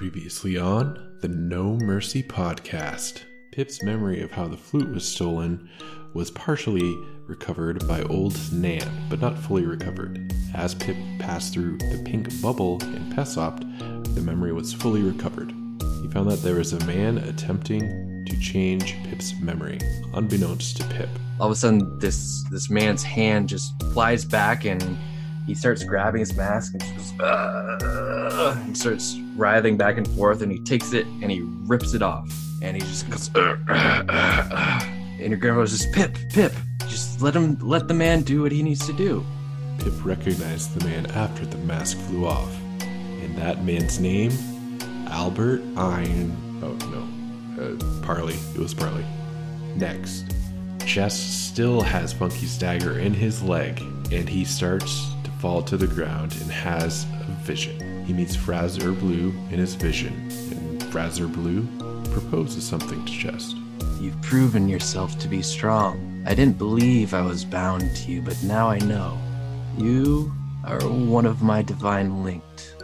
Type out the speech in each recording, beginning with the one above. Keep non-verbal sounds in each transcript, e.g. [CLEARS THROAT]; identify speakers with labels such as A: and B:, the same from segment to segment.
A: Previously on the No Mercy podcast, Pip's memory of how the flute was stolen was partially recovered by old Nan, but not fully recovered. As Pip passed through the pink bubble in Pesopt, the memory was fully recovered. He found that there was a man attempting to change Pip's memory, unbeknownst to Pip.
B: all of a sudden this this man's hand just flies back and he starts grabbing his mask and just uh, and starts writhing back and forth and he takes it and he rips it off and he just goes "Ugh, uh, uh, uh." and your grandma was just pip pip just let him let the man do what he needs to do
A: Pip recognized the man after the mask flew off, and that man's name, Albert Ein. Oh no, uh, Parley. It was Parley. Next, Jess still has Funky's dagger in his leg, and he starts to fall to the ground and has a vision. He meets Fraser Blue in his vision, and Fraser Blue proposes something to Jess.
B: you've proven yourself to be strong i didn't believe i was bound to you but now i know you are one of my divine linked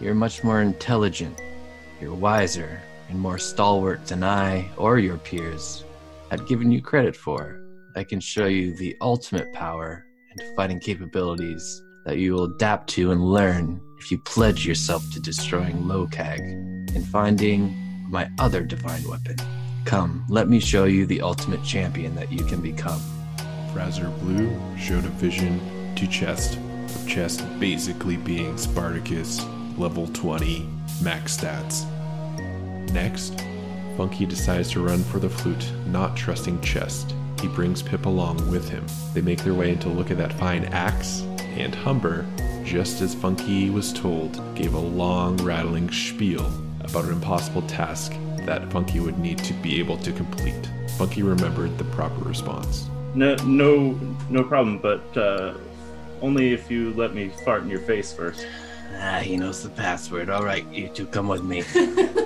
B: You're much more intelligent, you're wiser, and more stalwart than I or your peers have given you credit for. I can show you the ultimate power and fighting capabilities that you will adapt to and learn if you pledge yourself to destroying Lokag and finding my other divine weapon. Come, let me show you the ultimate champion that you can become.
A: Fraser Blue showed a vision to Chest of Chest basically being Spartacus, level 20, max stats. Next, Funky decides to run for the flute, not trusting Chest. He brings Pip along with him. They make their way into look at that fine axe, and Humber, just as Funky was told, gave a long rattling spiel about an impossible task that Funky would need to be able to complete. Funky remembered the proper response.
C: No, no, no problem. But uh, only if you let me fart in your face first.
B: Ah, he knows the password. All right, you two come with me. [LAUGHS]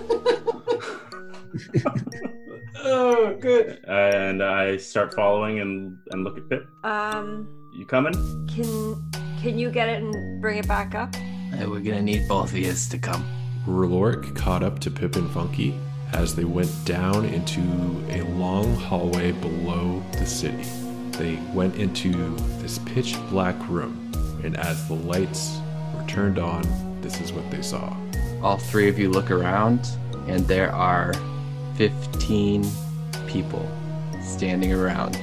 D: Oh, good.
C: And I start following and and look at Pip.
D: Um,
C: You coming?
D: can can you get it and bring it back up?
B: Uh, We're gonna need both of yous to come.
A: Ruloric caught up to Pip and Funky as they went down into a long hallway below the city. They went into this pitch black room, and as the lights were turned on, this is what they saw.
B: All three of you look around, and there are 15 people standing around.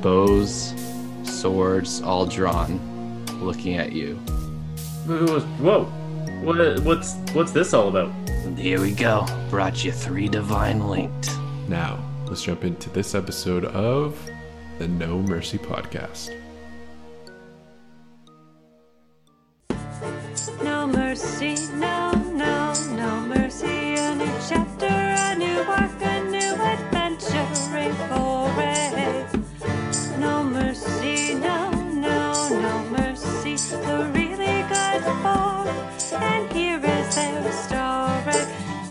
B: Bows, swords, all drawn, looking at you.
C: Whoa! What, what's what's this all about?
B: And here we go. Brought you three divine linked.
A: Now, let's jump into this episode of the No Mercy Podcast.
D: No mercy, no, no, no mercy. A new chapter, a new arc, a new adventuring foray. No mercy, no, no, no mercy. The really good four, and here is their story.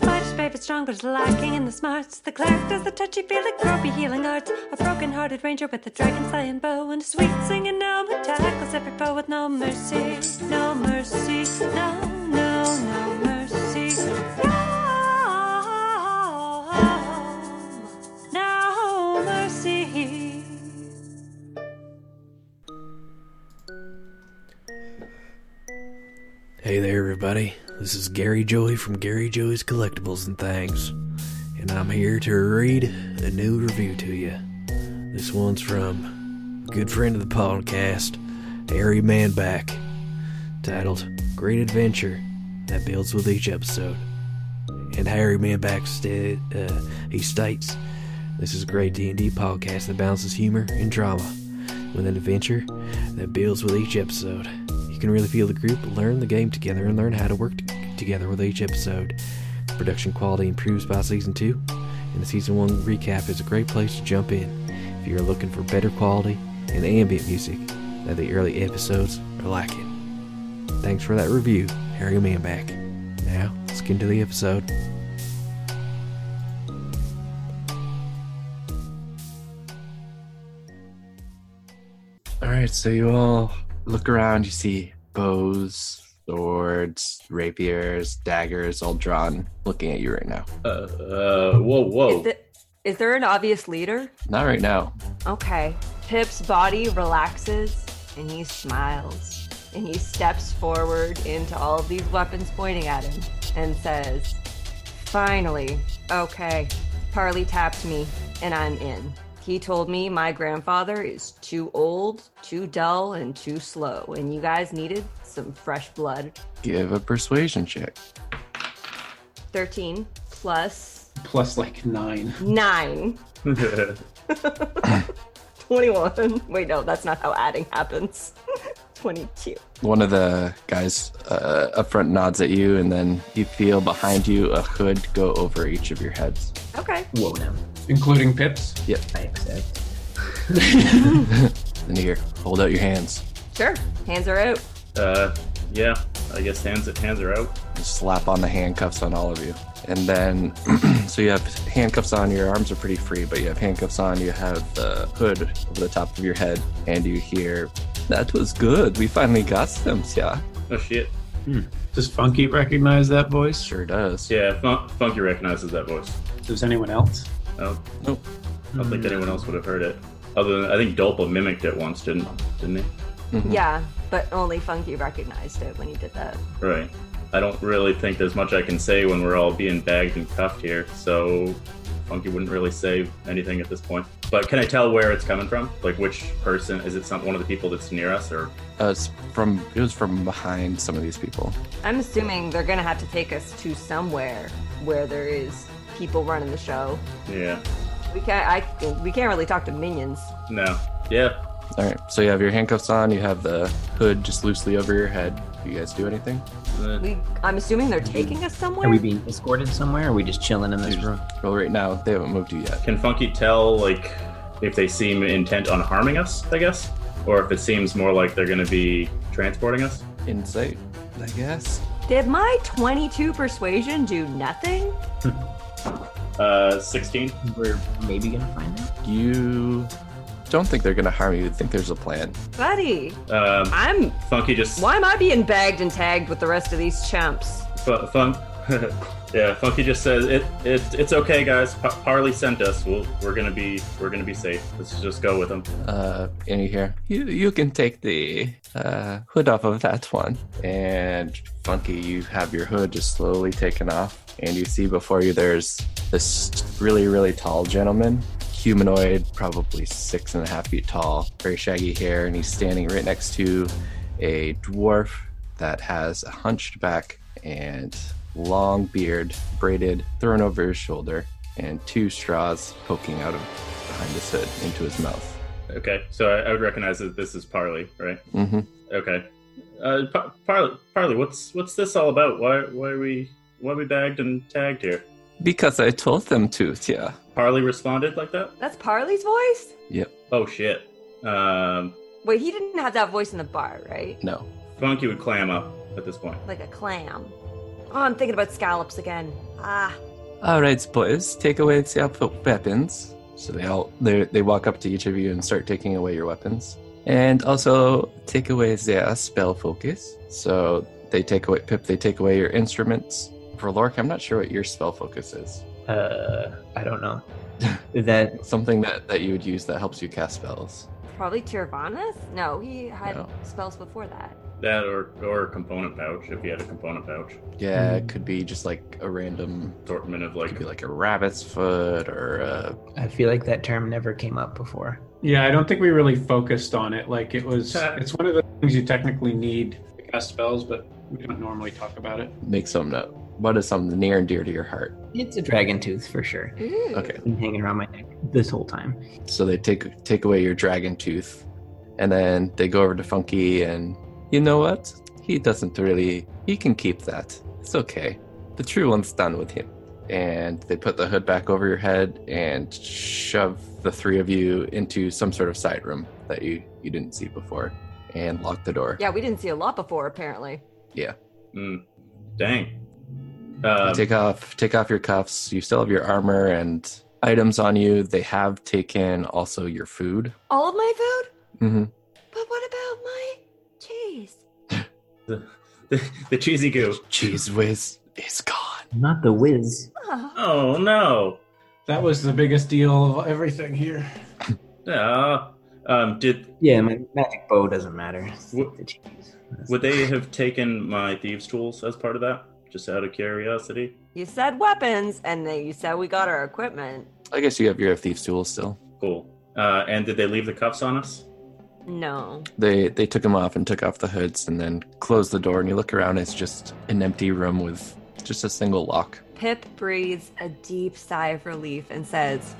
D: Much brave but stronger's lacking in the smarts. The cleric does the touchy feely gropey healing arts. A broken-hearted ranger with a dragon slaying bow and a sweet singing gnome who tackles every foe with no mercy, no mercy, no, no, no mercy. No, no mercy.
E: Hey there, everybody. This is Gary Joey from Gary Joey's Collectibles and Things, and I'm here to read a new review to you. This one's from a good friend of the podcast, Harry Manback, titled Great Adventure that builds with each episode. And Harry Manback sta uh, he states, this is a great D&D podcast that balances humor and drama with an adventure that builds with each episode. You can really feel the group learn the game together and learn how to work t- together with each episode. Production quality improves by season 2, and the season 1 recap is a great place to jump in if you're looking for better quality and ambient music that the early episodes are lacking. Thanks for that review, Harry Manback. Now, let's get into the episode.
B: All right, so you all look around, you see bows, swords, rapiers, daggers, all drawn, looking at you right now.
C: Uh, uh, whoa, whoa.
F: Is, the, is there an obvious leader?
B: Not right now.
F: Okay. Pip's body relaxes and he smiles and he steps forward into all of these weapons pointing at him and says, Finally, okay, Parley tapped me and I'm in. He told me my grandfather is too old, too dull, and too slow, and you guys needed some fresh blood.
B: Give a persuasion check.
F: 13 plus
G: Plus like nine.
F: 9. 21. Wait, no, that's not how adding happens. [LAUGHS] 22.
B: One of the guys uh, up front nods at you, and then you feel behind you a hood go over each of your heads.
F: Okay.
G: Whoa now. Including pips?
B: Yep.
G: I accept.
B: And you hear, hold out your hands.
F: Sure. Hands are out.
C: uh, yeah, I guess hands hands are out.
B: and slap on the handcuffs on all of you. And then, [CLEARS THROAT] so you have handcuffs on, your arms are pretty free, but you have handcuffs on, you have the hood over the top of your head, and you hear, That was good. We finally got them, yeah.
C: Oh shit.
G: Does Funky recognize that voice?
B: Sure does.
C: Yeah, Fun- Funky recognizes that voice.
G: Does anyone else?
C: I don't,
B: Nope.
C: I don't think anyone else would have heard it. Other than I think Dolpa mimicked it once, didn't didn't he?
B: Mhm.
F: Yeah, but only Funky recognized it when he did that.
C: Right. I don't really think there's much I can say when we're all being bagged and cuffed here, so Funky wouldn't really say anything at this point. But can I tell where it's coming from? Like which person? Is it some one of the people that's near us, or
B: Uh, it's from, it was from behind some of these people.
F: I'm assuming they're gonna have to take us to somewhere where there is people running the show.
C: yeah,
F: We can't. I we can't really talk to minions.
C: no, yeah,
B: All right. So you have your handcuffs on, you have the hood just loosely over your head. You guys do anything?
C: Uh,
F: We. I'm assuming they're taking us somewhere.
H: Are we being escorted somewhere? Or are we just chilling in this room?
B: Well, right now, they haven't moved you yet.
C: Can Funky tell, like, if they seem intent on harming us, I guess? Or if it seems more like they're gonna be transporting us?
B: Insight, I guess.
F: Did my 22 persuasion do nothing?
C: Uh, 16?
H: We're maybe gonna find out.
B: You don't think they're going to harm you. You think there's a plan.
F: Buddy,
C: Um,
F: I'm.
C: Funky just.
F: Why am I being bagged and tagged with the rest of these chumps?
C: Fu- fun- [LAUGHS] yeah, Funky just says, it, it, it's okay, guys. Pa- Parley sent us. We'll, we're gonna be, we're gonna be safe. Let's just go with him.
B: uh, and you hear, you, you can take the uh, hood off of that one. And Funky, you have your hood just slowly taken off. And you see before you there's this really, really tall gentleman, humanoid, probably six and a half feet tall, very shaggy hair. And he's standing right next to a dwarf that has a hunched back and long beard, braided, thrown over his shoulder, and two straws poking out of behind his hood into his mouth.
C: Okay, so I, I would recognize that this is Parley, right?
B: Mm-hmm.
C: Okay. Uh, pa- Parley, Parley, what's, what's this all about? Why, why are we, why are we bagged and tagged here?
B: Because I told them to, yeah.
C: Parley responded like that?
F: That's Parley's voice.
C: Oh shit. Um,
F: Wait, he didn't have that voice in the bar, right?
B: No.
C: Funky would clam up at this point.
F: Like a clam. Oh, I'm thinking about scallops again. Ah,
B: All right, boys, take away the op- weapons. So they all they they walk up to each of you and start taking away your weapons, and also take away their spell focus. So they take away Pip. They take away your instruments. For Lork, I'm not sure what your spell focus is.
H: Uh, I don't know. [LAUGHS] that
B: Something that that you would use that helps you cast spells.
F: probably Tirvanas? No, he had
B: No.
F: spells before that.
C: That or or a component pouch if you had a component pouch.
B: Yeah, it could be just like a random.
C: Assortment of
B: It
C: like
B: could be like a rabbit's foot or uh, a
H: I feel like that term never came up before.
G: Yeah, I don't think we really focused on it. Like it was, it's one of the things you technically need to cast spells, but we don't normally talk about it.
B: make something up. What is something near and dear to your heart?
H: It's a dragon tooth for sure.
F: Ooh.
B: Okay.
H: Been hanging around my neck this whole time.
B: So they take take away your dragon tooth, and then they go over to Funky, and you know what? He doesn't really. He can keep that. It's okay. The true one's done with him. And they put the hood back over your head and shove the three of you into some sort of side room that you you didn't see before, and lock the door.
F: Yeah, we didn't see a lot before, apparently.
C: mm, dang.
B: You
C: Um,
B: take off take off your cuffs. You still have your armor and items on you. They have taken also your food.
F: All of my food?
B: Mm-hmm.
F: But what about my cheese?
C: The, the cheesy goo.
B: Cheese whiz is gone.
H: Not the whiz.
F: Oh,
C: Oh no.
G: That was the biggest deal of everything here.
C: No. Um, did
H: Yeah, my magic bow doesn't matter. It's
C: Wh-
H: the cheese.
C: would they have taken my thieves' tools as part of that? Just out of curiosity.
F: you said weapons, and then you said we got our equipment.
B: I guess you have your thieves tool still.
C: Cool. Uh, and did they leave the cuffs on us?
F: No.
B: They they took them off and took off the hoods and then closed the door and you look around. It's just an empty room with just a single lock.
F: Pip breathes a deep sigh of relief and says,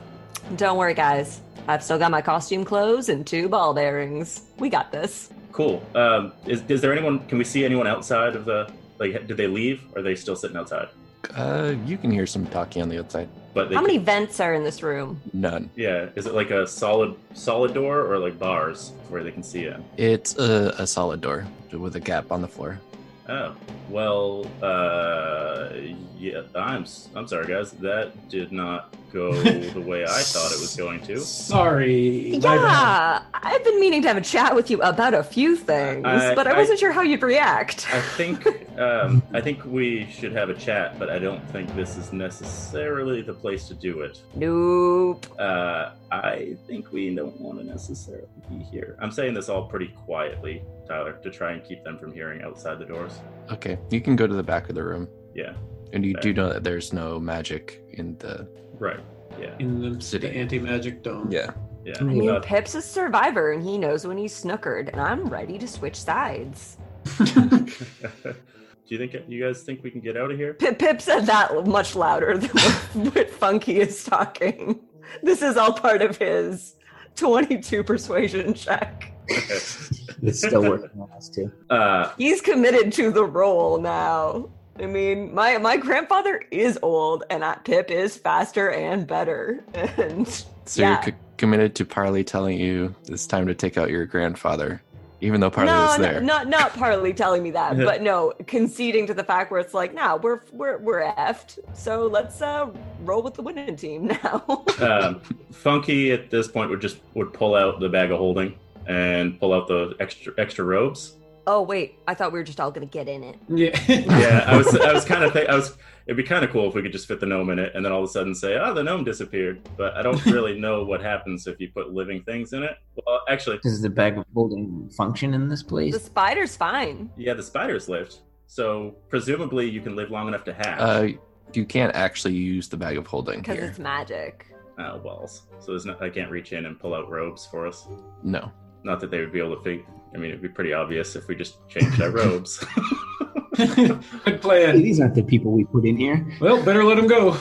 F: Don't worry, guys. I've still got my costume clothes and two ball bearings. We got this.
C: Cool. Um, is, is there anyone? Can we see anyone outside of the? Like, did they leave? Or are they still sitting outside?
B: Uh, you can hear some talking on the outside.
C: But they
F: How
C: can-
F: many vents are in this room?
B: None.
C: Yeah, is it like a solid solid door or like bars where they can see in?
B: It's a, a solid door with a gap on the floor.
C: Oh, well, uh, yeah, I'm s- I'm sorry, guys. That did not go the way I thought it was going to.
G: Sorry. my bad.
F: Yeah, I've been meaning to have a chat with you about a few things,
C: I-
F: but I
C: I-
F: wasn't sure how you'd react.
C: I think um, I think we should have a chat, but I don't think this is necessarily the place to do it.
F: nope.
C: Uh, I think we don't want to necessarily be here. I'm saying this all pretty quietly, Tyler, to try and keep them from hearing outside the doors.
B: Okay, you can go to the back of the room,
C: Yeah,
B: and you do
C: Okay.
B: know that there's no magic in the
C: right. Yeah,
G: In the,
B: City.
G: the anti magic dome.
C: yeah.
F: I mean,
C: Uh,
F: Pip's a survivor and he knows when he's snookered, and I'm ready to switch sides.
C: [LAUGHS] Do you think you guys think we can get out of here?
F: Pip, Pip said that much louder than [LAUGHS] what, what Funky is talking. This is all part of his 22 persuasion check.
H: It's still working on us too.
C: uh,
F: He's committed to the role now. I mean, my, my grandfather is old, and I, Pip is faster and better. [LAUGHS] And
B: So
F: Yeah.
B: you're c- committed to Parley telling you it's time to take out your grandfather, even though Parley was
F: no,
B: there.
F: No, not not Parley telling me that, but no, conceding to the fact where it's like, nah, we're we're we're effed. So let's uh roll with the winning team [LAUGHS] now.
C: um, Funky at this point would just would pull out the bag of holding and pull out the extra extra robes.
F: oh wait, I thought we were just all gonna get in it.
G: Yeah.
C: Yeah, I was I was kind of think I was it'd be kind of cool if we could just fit the gnome in it and then all of a sudden say, oh, the gnome disappeared. But I don't really know what happens if you put living things in it. Well, actually,
H: Does the bag of holding function in this
F: The
H: place?
F: spider's fine.
C: yeah, the spiders lived, so presumably you can live long enough to hatch.
B: Uh, you can't actually use the bag of holding
F: Because
B: here.
F: it's magic.
C: oh balls! So there's no, I can't reach in and pull out robes for us.
B: No.
C: Not that they would be able to fig I mean, it'd be pretty obvious if we just changed our robes.
G: [LAUGHS]
C: [LAUGHS]
G: Good plan.
H: These aren't the people we put in here.
G: Well, better let him go.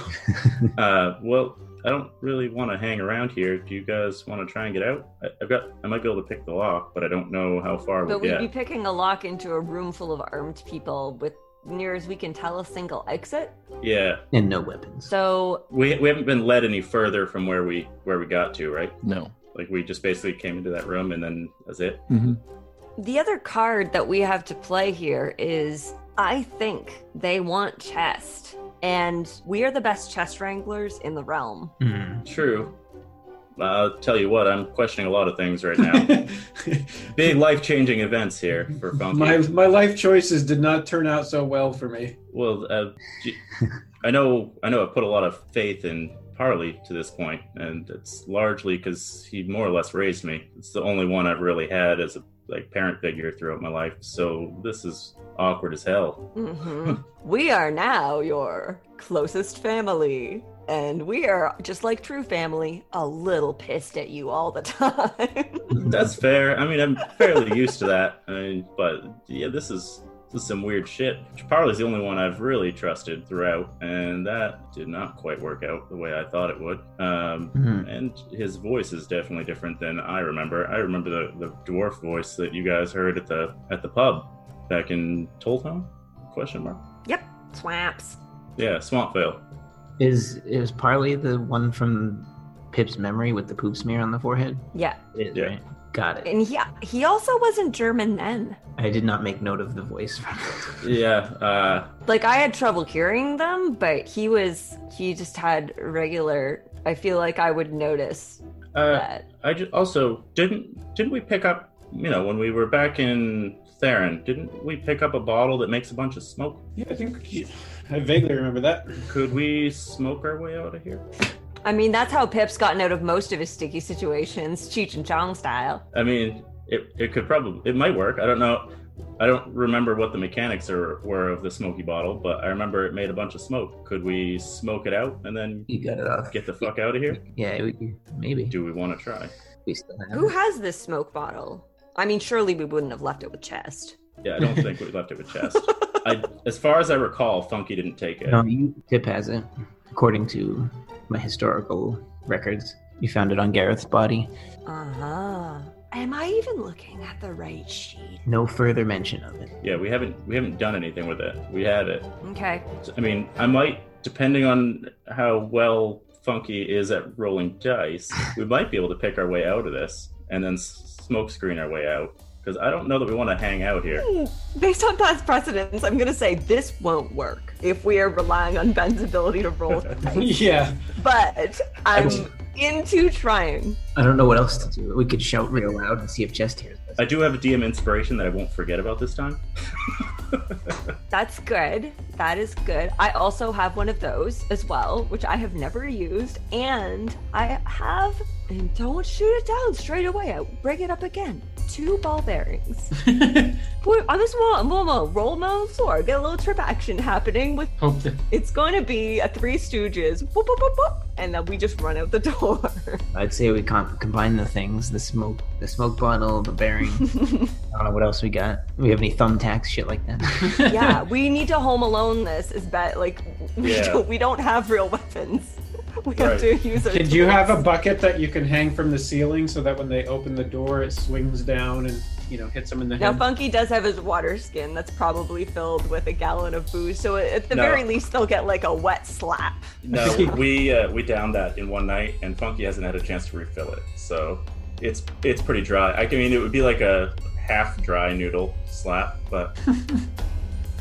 C: Uh, well, I don't really want to hang around here. Do you guys want to try and get out? I, I've got. I might be able to pick the lock, but I don't know how far we'll
F: But we'd
C: get.
F: be picking a lock into a room full of armed people with near as we can tell a single exit.
C: Yeah,
H: And no weapons.
F: So
C: we we haven't been led any further from where we where we got to, right?
B: No.
C: Like we just basically came into that room and then that's it.
F: The other card that we have to play here is I think they want chest. And we are the best chest wranglers in the realm.
H: Hmm.
C: True. I'll tell you what, I'm questioning a lot of things right now.
G: [LAUGHS]
C: Big life changing events here for Funky.
G: my my life choices did not turn out so well for me.
C: Well, uh, j- I know, I know, I put a lot of faith in Parley to this point, and it's largely because he more or less raised me. It's the only one I've really had as a like parent figure throughout my life. So this is awkward as hell.
F: hmm we are now your closest family. And we are, just like true family, a little pissed at you all the [LAUGHS] time.
H: Hmm.
C: That's fair. I mean, I'm fairly used to that. I mean, but yeah, this is. This is some weird shit. Parley's the only one I've really trusted throughout, and that did not quite work out the way I thought it would. Um,
H: Hmm.
C: And his voice is definitely different than I remember. I remember the, the dwarf voice that you guys heard at the at the pub back in Tolltown? Question mark.
F: yep, swamps.
C: Yeah, Swampvale.
H: Is is Parley the one from Pip's memory with the poop smear on the forehead?
F: Yeah.
H: It is,
C: Yeah.
H: right? Got it.
F: And he, he also wasn't German then.
H: I did not make note of the voice.
C: [LAUGHS] Yeah, uh,
F: like I had trouble hearing them, but he was he just had regular. I feel like I would notice
C: uh
F: that.
C: I ju- also didn't didn't we pick up you know when we were back in Theron, didn't we pick up a bottle that makes a bunch of smoke?
G: Yeah, I think I vaguely remember that. [LAUGHS]
C: Could we smoke our way out of here?
F: I mean, that's how Pip's gotten out of most of his sticky situations, Cheech and Chong style.
C: I mean, it, it could probably it might work. I don't know. I don't remember what the mechanics are were of the smoky bottle, but I remember it made a bunch of smoke. Could we smoke it out and then
H: You got it off.
C: get the fuck out of here?
H: Yeah, we, maybe.
C: Do we want to try?
H: We still have
F: Who
H: it.
F: has this smoke bottle? I mean, surely we wouldn't have left it with Chest.
C: Yeah, I don't think we left it with chest. I, as far as I recall, Funky didn't take it.
H: No, you, Pip has it. According to my historical records, you found it on Gareth's body.
F: Uh huh. Am I even looking at the right sheet?
H: No further mention of it.
C: Yeah, we haven't we haven't done anything with it. We had it.
F: Okay.
C: So, I mean, I might, depending on how well Funky is at rolling dice, we might be able to pick our way out of this and then s- smoke screen our way out. Because I don't know that we want to hang out here.
F: Based on past precedents, I'm going to say this won't work if we are relying on Ben's ability to roll.
G: yeah.
F: but I'm into trying.
H: I don't know what else to do. We could shout real loud and see if Chest hears us.
C: I do have a DM inspiration that I won't forget about this time.
F: That's good. That is good. I also have one of those as well, which I have never used. And I have, and don't shoot it down straight away. I bring it up again. Two
G: [LAUGHS]
F: ball bearings. Boy, I just want Momo roll my own floor. Get a little trip action happening with
G: Hope that
F: it's going to be a Three Stooges, whoop, whoop, whoop, whoop, and then we just run out the door.
G: [LAUGHS]
H: I'd say we can't combine the things: the smoke, the smoke bottle, the bearing. I don't know what else we got. We have any thumbtacks, shit like
F: [LAUGHS]
H: that.
F: yeah, we need to home alone this. Is bet like we,
C: Yeah.
F: don't, we don't have real weapons. [LAUGHS] We
C: Right.
F: have to use our.
G: Did you
F: tools.
G: have a bucket that you can hang from the ceiling so that when they open the door, it swings down and you know hits them in the
F: Now,
G: head?
F: Funky does have his water skin that's probably filled with a gallon of booze, so at the
C: No.
F: very least, they'll get like a wet slap.
C: No, we uh, we downed that in one night, and Funky hasn't had a chance to refill it, so it's it's pretty dry. I mean, it would be like a half dry noodle slap, but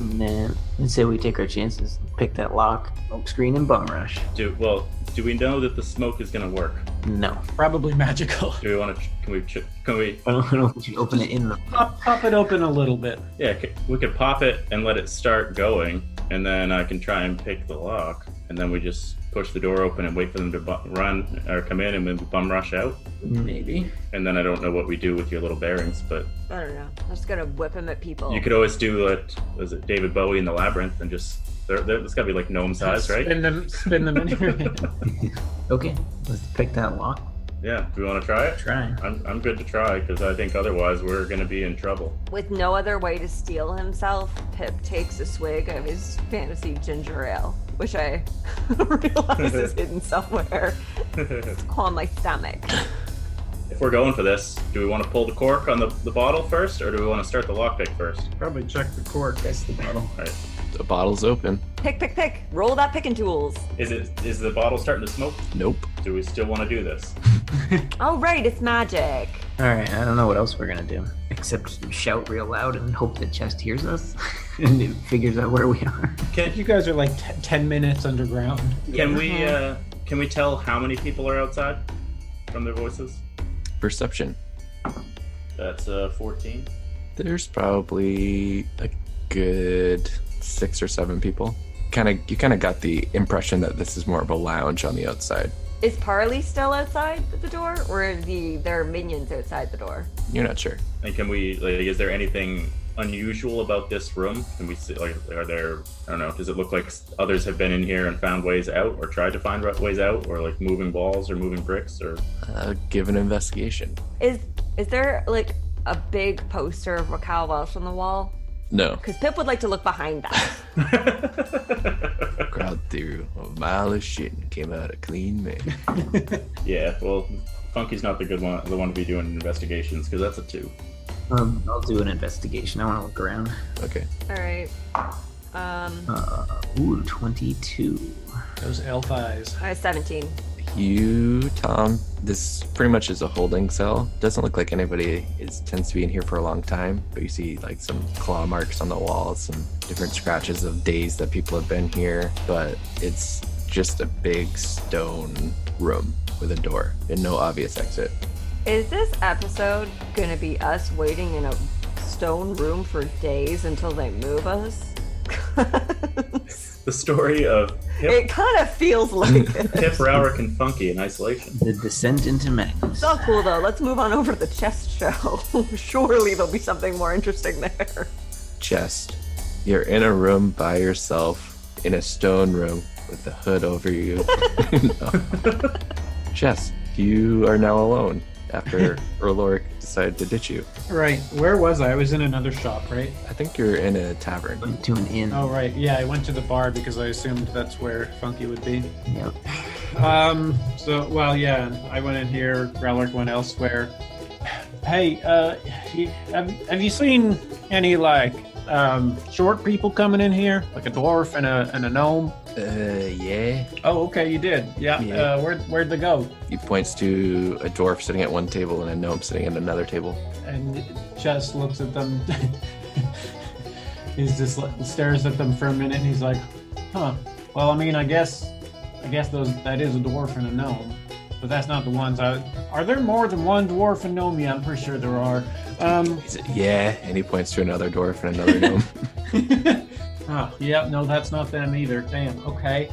H: Man, I'd say we take our chances. Pick that lock, smoke screen, and bum rush.
C: do well. Do we know that the smoke is going to work?
H: No, [LAUGHS]
G: Probably magical.
C: Do we want to? Can we? ch- Can we?
H: I don't know if we should open it in the.
G: [LAUGHS] Pop, pop it open a little bit.
C: Yeah, c- we could pop it and let it start going, and then I can try and pick the lock, and then we just push the door open and wait for them to bu- run or come in, and then bum rush out.
H: Maybe.
C: And then I don't know what we do with your little bearings, but
F: I don't know. I'm just gonna whip him at people.
C: you could always do what was it David Bowie in the Labyrinth, and just there, there, it's got to be like gnome size, right?
G: Spin them, spin them in your hand. [LAUGHS]
H: Okay, let's pick that lock.
C: Yeah. Do we want to try it?
H: Try.
C: I'm, I'm good to try because I think otherwise we're gonna be in trouble. [LAUGHS]
F: With no other way to steal himself, Pip takes a swig of his fantasy ginger ale, which I [LAUGHS] realize is hidden somewhere.
C: if
F: Calm my stomach.
C: we're going for this, do we want to pull the cork on the, the bottle first, or do we want to start the lockpick first?
G: Probably check the cork.
H: That's the bottle.
B: The bottle's open.
F: Pick, pick, pick. Roll that picking tools.
C: Is it is the bottle starting to smoke?
B: Nope.
C: Do we still want to do this?
F: Oh, right, it's magic.
H: All right, I don't know what else we're gonna do except shout real loud and hope that Chest hears us [LAUGHS] and it figures out where we are.
G: You guys are like t- ten minutes underground.
C: Can we uh, can we tell how many people are outside from their voices?
B: Perception.
C: That's uh, 14.
B: There's probably a good six or seven people. Kind of, you kind of got the impression that this is more of a lounge on the outside.
F: Is Parley still outside the door, or are the there are minions outside the door?
B: You're not sure.
C: And can we like is there anything unusual about this room? Can we see like are there I don't know, does it look like others have been in here and found ways out or tried to find right- ways out or like moving walls or moving bricks [LAUGHS] or
B: Uh, give an investigation.
F: Is is there like a big poster of Raquel Welsh on the wall?
B: No.
F: Because Pip would like to look behind that.
B: Crowd through a mile of shit and came out a clean man.
C: Yeah, well Funky's not the good one the one to be doing investigations because that's a 2.
H: Um, I'll do an investigation. I want to look around.
B: Okay.
F: [LAUGHS] All right. Um,
H: Uh, ooh, 22.
G: Those elf eyes.
F: I was 17.
B: You, Tom, this pretty much is a holding cell. Doesn't look like anybody is tends to be in here for a long time, but you see like some claw marks on the walls, some different scratches of days that people have been here, but it's just a big stone room with a door and no obvious exit.
F: Is this episode gonna be us waiting in a s- stone room for days until they move us?
C: The story of Pip,
F: it kind of feels like it.
C: Pip Rourke, and Funky in isolation.
H: The descent into madness.
F: It's all cool though. Let's move on over to the chess show. [LAUGHS] Surely there'll be something more interesting there.
B: chest. You're in a room by yourself, in a stone room with the hood over you. [LAUGHS] No. Chest, you are now alone after Erloric decided to ditch you.
G: Right. Where was I? I was in another shop, right?
B: I think you're in a tavern.
H: Went to an inn.
G: Oh, right. Yeah, I went to the bar because I assumed that's where Funky would be.
H: Yep.
G: Um. So, well, yeah, I went in here. Relic went elsewhere. Hey, uh, you, have, have you seen any like um, short people coming in here, like a dwarf and a and a gnome?
B: Uh, yeah.
G: Oh, okay, you did. Yeah.
B: Yeah.
G: Uh, where where'd they go?
B: He points to a dwarf sitting at one table and a gnome sitting at another table.
G: And Chess looks at them. [LAUGHS] he's just like- stares at them for a minute, and he's like, "Huh. Well, I mean, I guess, I guess those that is a dwarf and a gnome, but that's not the ones. I are there more than one dwarf and gnome? Yeah, I'm pretty sure there are. Um,
B: He's yeah, and he points to another dwarf and another [LAUGHS] gnome.
G: oh, yeah, no, that's not them either. Damn. Okay.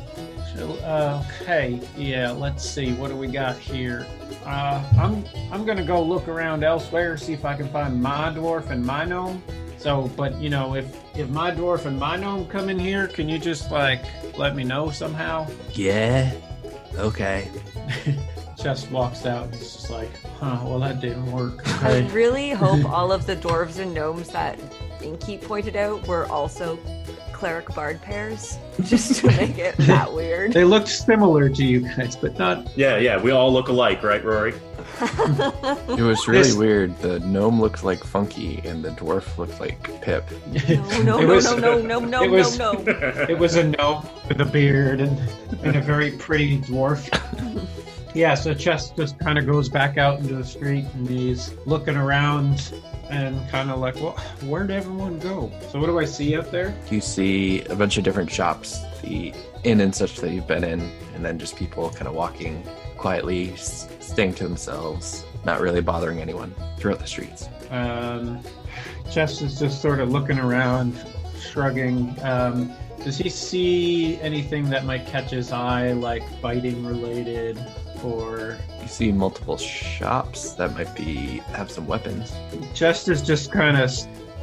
G: So, uh, okay, yeah. Let's see. What do we got here? Uh, I'm I'm gonna go look around elsewhere, see if I can find my dwarf and my gnome. So, but you know, if if my dwarf and my gnome come in here, can you just like let me know somehow?
B: yeah. Okay.
G: [LAUGHS] Just walks out. and It's just like, huh? Well, that didn't work.
F: I
G: Okay. [LAUGHS]
F: really hope all of the dwarves and gnomes that Inky pointed out were also cleric bard pairs, [LAUGHS] just to make
G: [LAUGHS]
F: it that weird.
G: They looked similar to you guys, but not
C: Yeah, yeah, we all look alike, right, Rory?
B: It was really
G: This-
B: weird. The gnome looked like Funky and the dwarf looked like Pip.
F: No, no,
G: It
F: no,
G: was-
F: no, no,
G: [LAUGHS]
F: no, no,
G: it was-
F: no, no.
G: It was a gnome with a beard and, and a very pretty dwarf. yeah, so Chess just kind of goes back out into the street and he's looking around and kind of like, well, where'd everyone go? So what do I see up there?
B: you see a bunch of different shops, the inn and such that you've been in, and then just people kind of walking quietly, s- staying to themselves, not really bothering anyone throughout the streets.
G: Um, Chess is just sort of looking around, shrugging. Um, does he see anything that might catch his eye, like biting related or
B: You see multiple shops that might be have some weapons.
G: Chester's just kind of,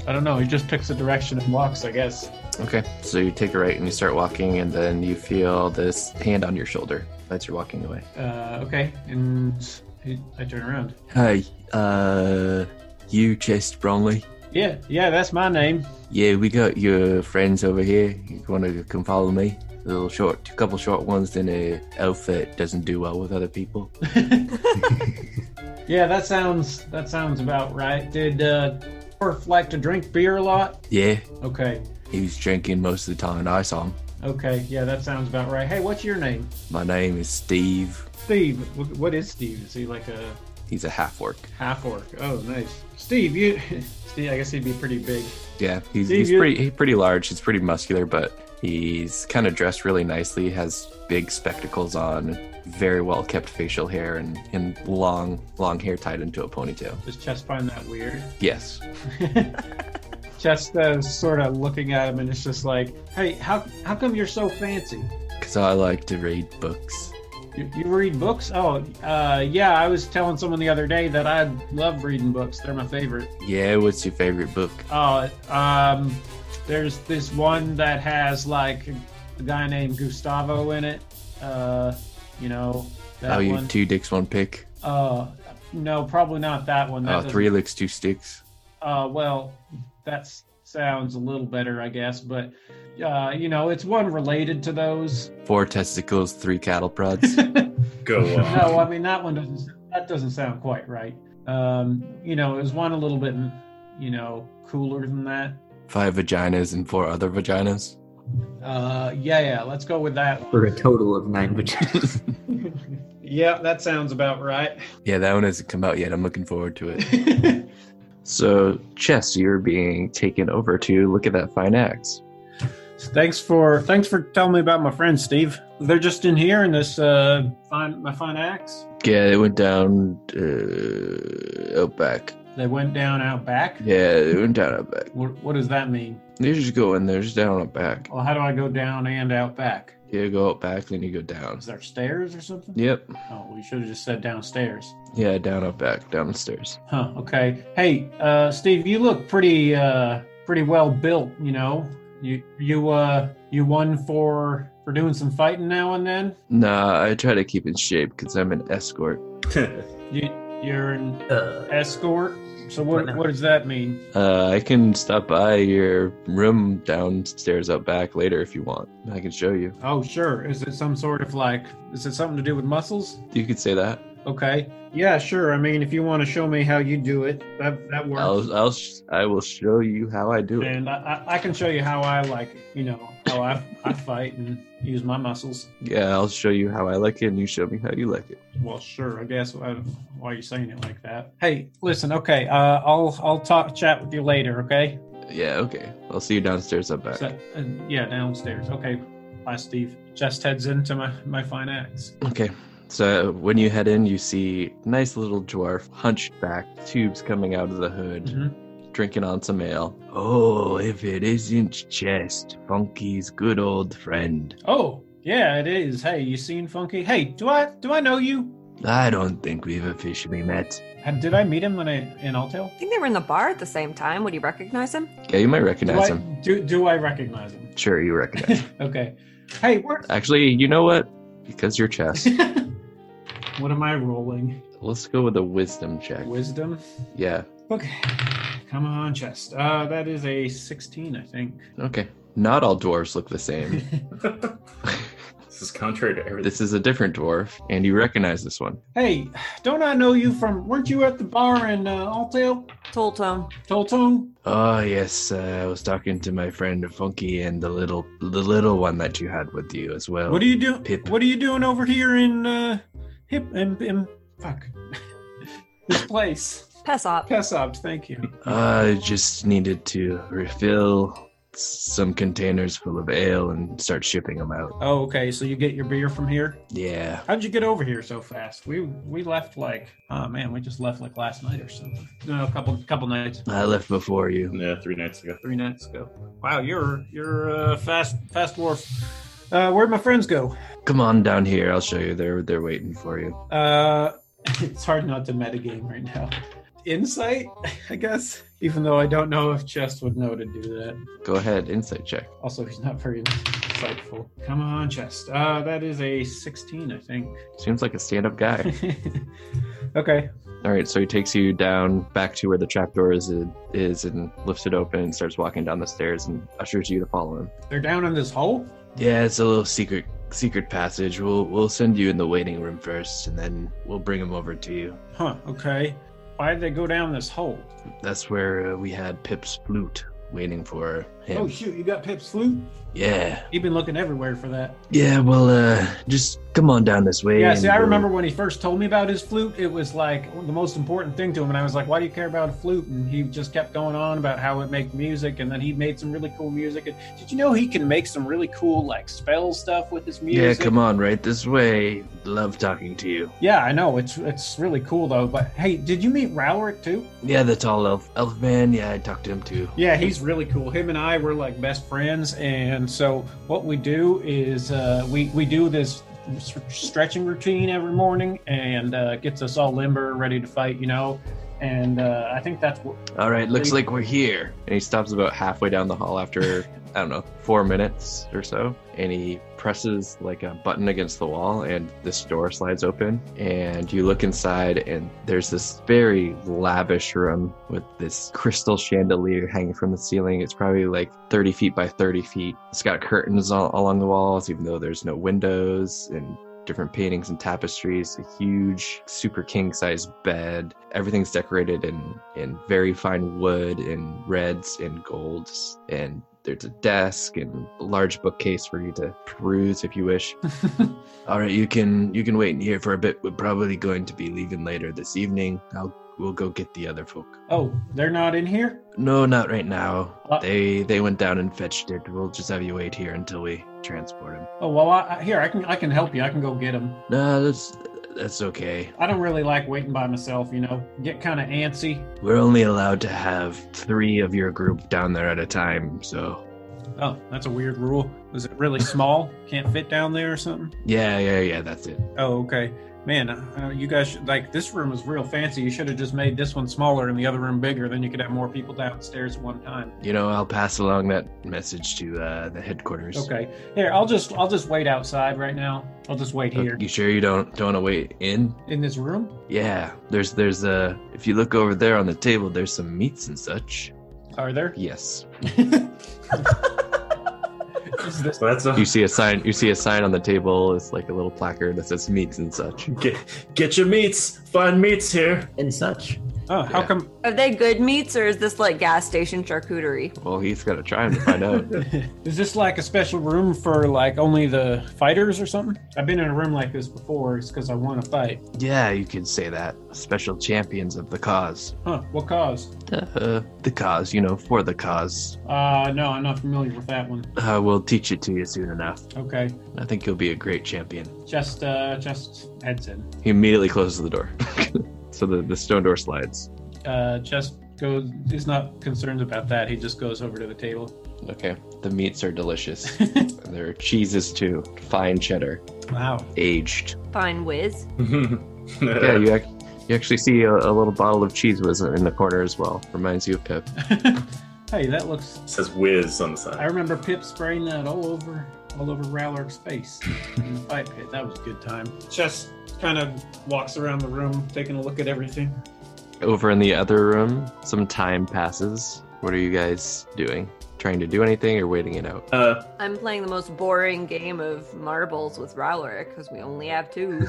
G: I don't know, he just picks a direction and walks, I guess.
B: Okay, so you take a right and you start walking, and then you feel this hand on your shoulder as you're walking away.
G: Uh, okay, and he, I turn around.
B: Hey, uh, you, Chest Bromley.
G: Yeah, yeah, that's my name.
B: Yeah, we got your friends over here. You want to come follow me? A little short, a couple short ones. Then a elf that doesn't do well with other people. [LAUGHS]
G: Yeah, that sounds that sounds about right. Did uh, Orf like to drink beer a lot?
B: Yeah,
G: Okay,
B: he was drinking most of the time. I saw him.
G: okay, yeah, that sounds about right. Hey, what's your name?
B: My name is Steve.
G: Steve. Wh- What is Steve? Is he like a
B: He's a half orc.
G: half orc? Oh, nice. Steve, you. [LAUGHS] Steve, I guess he'd be pretty big.
B: Yeah, he's,
G: Steve,
B: he's
G: you-
B: pretty he's pretty large. He's pretty muscular, but he's kind of dressed really nicely. Has big spectacles on, very well kept facial hair, and, and long long hair tied into a ponytail.
G: Does Chess find that weird?
B: Yes,
G: Chesta's sort of looking at him and it's just like, hey, how how come you're so fancy?
B: because I like to read books.
G: You, you read books? Oh, uh, yeah. I was telling someone the other day that I love reading books. They're my favorite.
B: Yeah, what's your favorite book?
G: Uh, um, there's this one that has like a guy named Gustavo in it. Uh, you know that
B: oh, you
G: one.
B: two dicks, one pick.
G: uh, no, probably not that one. That
B: Uh,
G: doesn't-
B: three licks, two sticks.
G: Uh, well, that sounds a little better, I guess. But uh, you know, it's one related to those. [LAUGHS]
B: Four testicles, three cattle prods.
C: Go [LAUGHS] on.
G: no, I mean that one doesn't. That doesn't sound quite right. Um, you know, it was one a little bit, you know, cooler than that.
B: five vaginas and four other vaginas.
G: Uh, yeah, yeah. Let's go with that.
H: For a total of nine vaginas.
G: One. yeah, that sounds about right.
B: Yeah, that one hasn't come out yet. I'm looking forward to it. so, Chess, you're being taken over to look at that fine axe.
G: [LAUGHS] thanks for thanks for telling me about my friend Steve. They're just in here in this uh, fine my fine axe.
B: Yeah, it went down uh, out back.
G: They went down out back.
B: Yeah, they went down out back.
G: What, what does that mean?
B: They just go in there, just down out back.
G: Well, how do I go down and out back?
B: You go out back, then you go down.
G: Is there stairs or something?
B: Yep.
G: Oh, we should have just said downstairs.
B: Yeah, down out back, downstairs.
G: Huh. Okay. Hey, uh, Steve, you look pretty, uh, pretty well built. You know, you you uh, you won for for doing some fighting now and then.
B: Nah, I try to keep in shape because I'm an escort.
G: You you're an
H: Uh,
G: escort. So what
H: Right now.
G: what does that mean?
B: Uh, I can stop by your room downstairs out back later if you want. I can show you.
G: Oh, sure. Is it some sort of like? Is it something to do with muscles?
B: You could say that.
G: Okay. Yeah, sure. I mean, if you want to show me how you do it, that that works.
B: I'll, I'll, sh- I will show you how I do it.
G: and I, I, I can show you how I like, you know, how I I fight and use my muscles.
B: Yeah, I'll show you how I like it, and you show me how you like it.
G: Well, sure. I guess I, why are you saying it like that? Hey, listen. Okay. Uh, I'll I'll talk chat with you later. Okay.
B: Yeah, okay. I'll see you downstairs up back.
G: So, uh, yeah, downstairs. Okay. Bye, Steve. Just heads into my my fine axe.
B: Okay. So when you head in, you see nice little dwarf, hunchback, tubes coming out of the hood,
G: Mhm.
B: drinking on some ale. Oh, if it isn't Chest, Funky's good old friend.
G: Oh, yeah, it is. Hey, you seen Funky? Hey, do I do I know you?
B: I don't think we've officially met.
G: Uh, Did I meet him when I in Altail?
F: I think they were in the bar at the same time. Would you recognize him?
B: Yeah, you might
G: Do
B: recognize
G: I
B: him.
G: do do I recognize him?
B: Sure, you
G: [LAUGHS]
B: recognize him.
G: okay. Hey, where?
B: Actually, you know what? Because you're
G: [LAUGHS]
B: Chest,
G: what am I rolling?
B: let's go with a wisdom check.
G: Wisdom.
B: Yeah.
G: Okay. Come on, chest. Uh, that is a 16, I think.
B: Okay. Not all dwarves look the
G: [LAUGHS]
B: same.
C: [LAUGHS] this is contrary to everything.
B: this is a different dwarf, and you recognize this one.
G: Hey, don't I know you from? Weren't you at the bar in uh, Altail?
F: Toll Tone.
G: Toltone?
B: Oh yes, uh, I was talking to my friend Funky and the little the little one that you had with you as well.
G: What are you doing?
B: Pip.
G: What are you doing over here in uh, hip in, in fuck [LAUGHS] this place?
F: Pass up.
G: Pessops, thank you.
B: Ah, I just needed to refill some containers full of ale and start shipping them out.
G: Oh, okay. So you get your beer from here?
B: Yeah,
G: How'd you get over here so fast? We we left like oh man, we just left like last night or something. No, a couple couple nights.
B: I left before you.
C: Yeah, three nights ago.
G: three nights ago. Wow, you're you're uh, fast fast dwarf. Uh, where'd my friends go?
B: Come on down here. I'll show you. They're they're waiting for you.
G: Uh, [LAUGHS] it's hard not to metagame right now. Insight, I guess. Even though I don't know if Chest would know to do that.
B: Go ahead. Insight check.
G: Also, he's not very insightful. Come on, Chest. Uh, that is a 16, I [LAUGHS] think.
B: Seems like a stand up
G: [LAUGHS]
B: guy.
G: okay.
B: All right, so he takes you down back to where the trapdoor is, is and lifts it open and starts walking down the stairs and ushers you to follow him.
G: They're down in this hole?
B: Yeah, it's a little secret secret passage. We'll we'll send you in the waiting room first, and then we'll bring him over to you.
G: Huh, okay. Why did they go down this hole?
B: That's where uh, we had Pip's flute waiting for him.
G: Oh, shoot, you got Pip's flute?
B: yeah,
G: You've been looking everywhere for that.
B: yeah. Well, uh, just come on down this way.
G: Yeah,
B: and uh,
G: see, I
B: we'll-
G: remember when he first told me about his flute, it was like the most important thing to him. And I was like, why do you care about a flute? And he just kept going on about how it made music. And then he made some really cool music. And did you know he can make some really cool, like, spell stuff with his
B: Yeah,
G: music?
B: come on, right this way. Love talking to you.
G: Yeah, I know. It's it's really cool, though. But hey, did you meet Rowrick, too?
B: Yeah, the tall elf elf man. Yeah, I talked to him too.
G: Yeah, he's really cool. Him and I were like best friends, and so what we do is uh, we we do this s- stretching routine every morning, and uh, gets us all limber, ready to fight, you know. And uh, I think that's what. [LAUGHS]
B: All right, looks like we're here. And he stops about halfway down the hall after, I don't know, four minutes or so. And he presses like a button against the wall, and this door slides open. And you look inside, and there's this very lavish room with this crystal chandelier hanging from the ceiling. It's probably like 30 feet by 30 feet. It's got curtains all- along the walls, even though there's no windows, and different paintings and tapestries, a huge super king size bed. Everything's decorated in in very fine wood and reds and golds and there's a desk and a large bookcase for you to peruse if you
G: [LAUGHS]
B: wish. All right, you can you can wait in here for a bit. We're probably going to be leaving later this evening. I'll we'll go get the other folk.
G: Oh, they're not in here.
B: No, not right now.
G: Uh-
B: They they went down and fetched it. We'll just have you wait here until we transport him.
G: Oh well, I, I- here I can I can help you. I can go get them.
B: No, that's That's okay.
G: I don't really like waiting by myself, you know. Get kind of antsy.
B: We're only allowed to have three of your group down there at a time, so
G: Oh, that's a weird rule. Was it really small? Can't fit down there or something?
B: yeah, yeah, yeah. That's it.
G: Oh, okay. Man, uh, you guys should, like this room is real fancy. You should have just made this one smaller and the other room bigger. Then you could have more people downstairs at one time.
B: You know, I'll pass along that message to uh, the headquarters.
G: Okay. Here, I'll just I'll just wait outside right now. I'll just wait here
B: Oh, You sure you don't don't want to wait in?
G: in this room.
B: Yeah. There's there's uh if you look over there on the table, there's some meats and such.
G: Are there?
B: Yes.
G: Is this
C: So that's
B: You
C: a,
B: see a sign. You see a sign on the table. It's like a little placard that says meats and such.
C: get, get your meats. Find meats here. [LAUGHS]
H: and such.
G: oh, how
B: Yeah.
G: come?
F: Are they good meats or is this like gas station charcuterie?
B: Well, he's got to try 'em to find out.
G: Is this like a special room for like only the fighters or something? I've been in a room like this before. It's because I want to fight.
B: yeah, you could say that. Special champions of the cause.
G: Huh? What cause?
B: Uh, the cause, you know, for the cause.
G: Uh, no, I'm not familiar with that one.
B: Uh, we'll teach it to you soon enough.
G: Okay,
B: I think you'll be a great champion.
G: just uh, just heads in.
B: He immediately closes the door. [LAUGHS] so the, the stone door slides.
G: Uh, just goes. He's not concerned about that. He just goes over to the table.
B: Okay. The meats are delicious. there are cheeses too. Fine cheddar.
G: Wow.
B: Aged.
F: Fine whiz.
B: Yeah, you, ac- you actually see a, a little bottle of cheese was in the corner as well. Reminds you of Pip.
G: hey, that looks.
C: says whiz on the side.
G: I remember Pip spraying that all over all over Rowler's face [LAUGHS] in the fight pit. That was a good time. Just kind of walks around the room, taking a look at everything.
B: Over in the other room, some time passes. What are you guys doing? Trying to do anything or waiting it out?
C: Uh,
F: I'm playing the most boring game of marbles with Rowler because we only have
G: [LAUGHS]
F: two.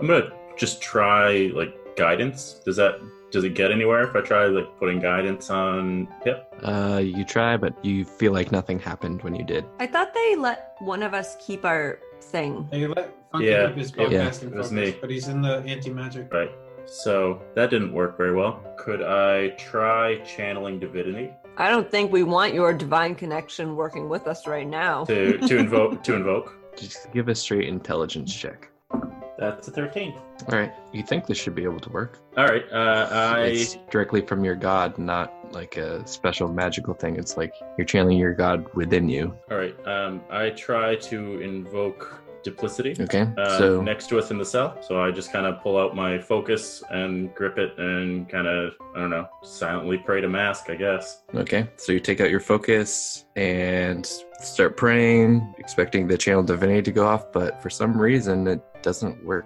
C: I'm gonna just try like guidance. Does that does it get anywhere if I try like putting guidance on Pip?
B: Uh, you try, but you feel like nothing happened when you did.
F: I thought they let one of us keep our thing.
G: They let
C: Funky Yeah, keep his
B: yeah,
C: it was focus, me.
G: but he's in the anti magic.
C: Right. So that didn't work very well. Could I try channeling divinity
F: I don't think we want your divine connection working with us right now.
C: to to invoke to invoke?
B: Just give a straight intelligence check.
C: [LAUGHS] That's a thirteen.
B: All right, you think this should be able to work?
C: All right. Uh, I
B: It's directly from your god, not like a special magical thing. It's like you're channeling your god within you.
C: all right. Um, I try to invoke duplicity.
B: Okay,
C: Uh,
B: so
C: next to us in the cell, so I just kind of pull out my focus and grip it, and kind of I don't know, silently pray to mask, I guess.
B: okay, so you take out your focus and start praying, expecting the channel divinity to go off, but for some reason it doesn't work.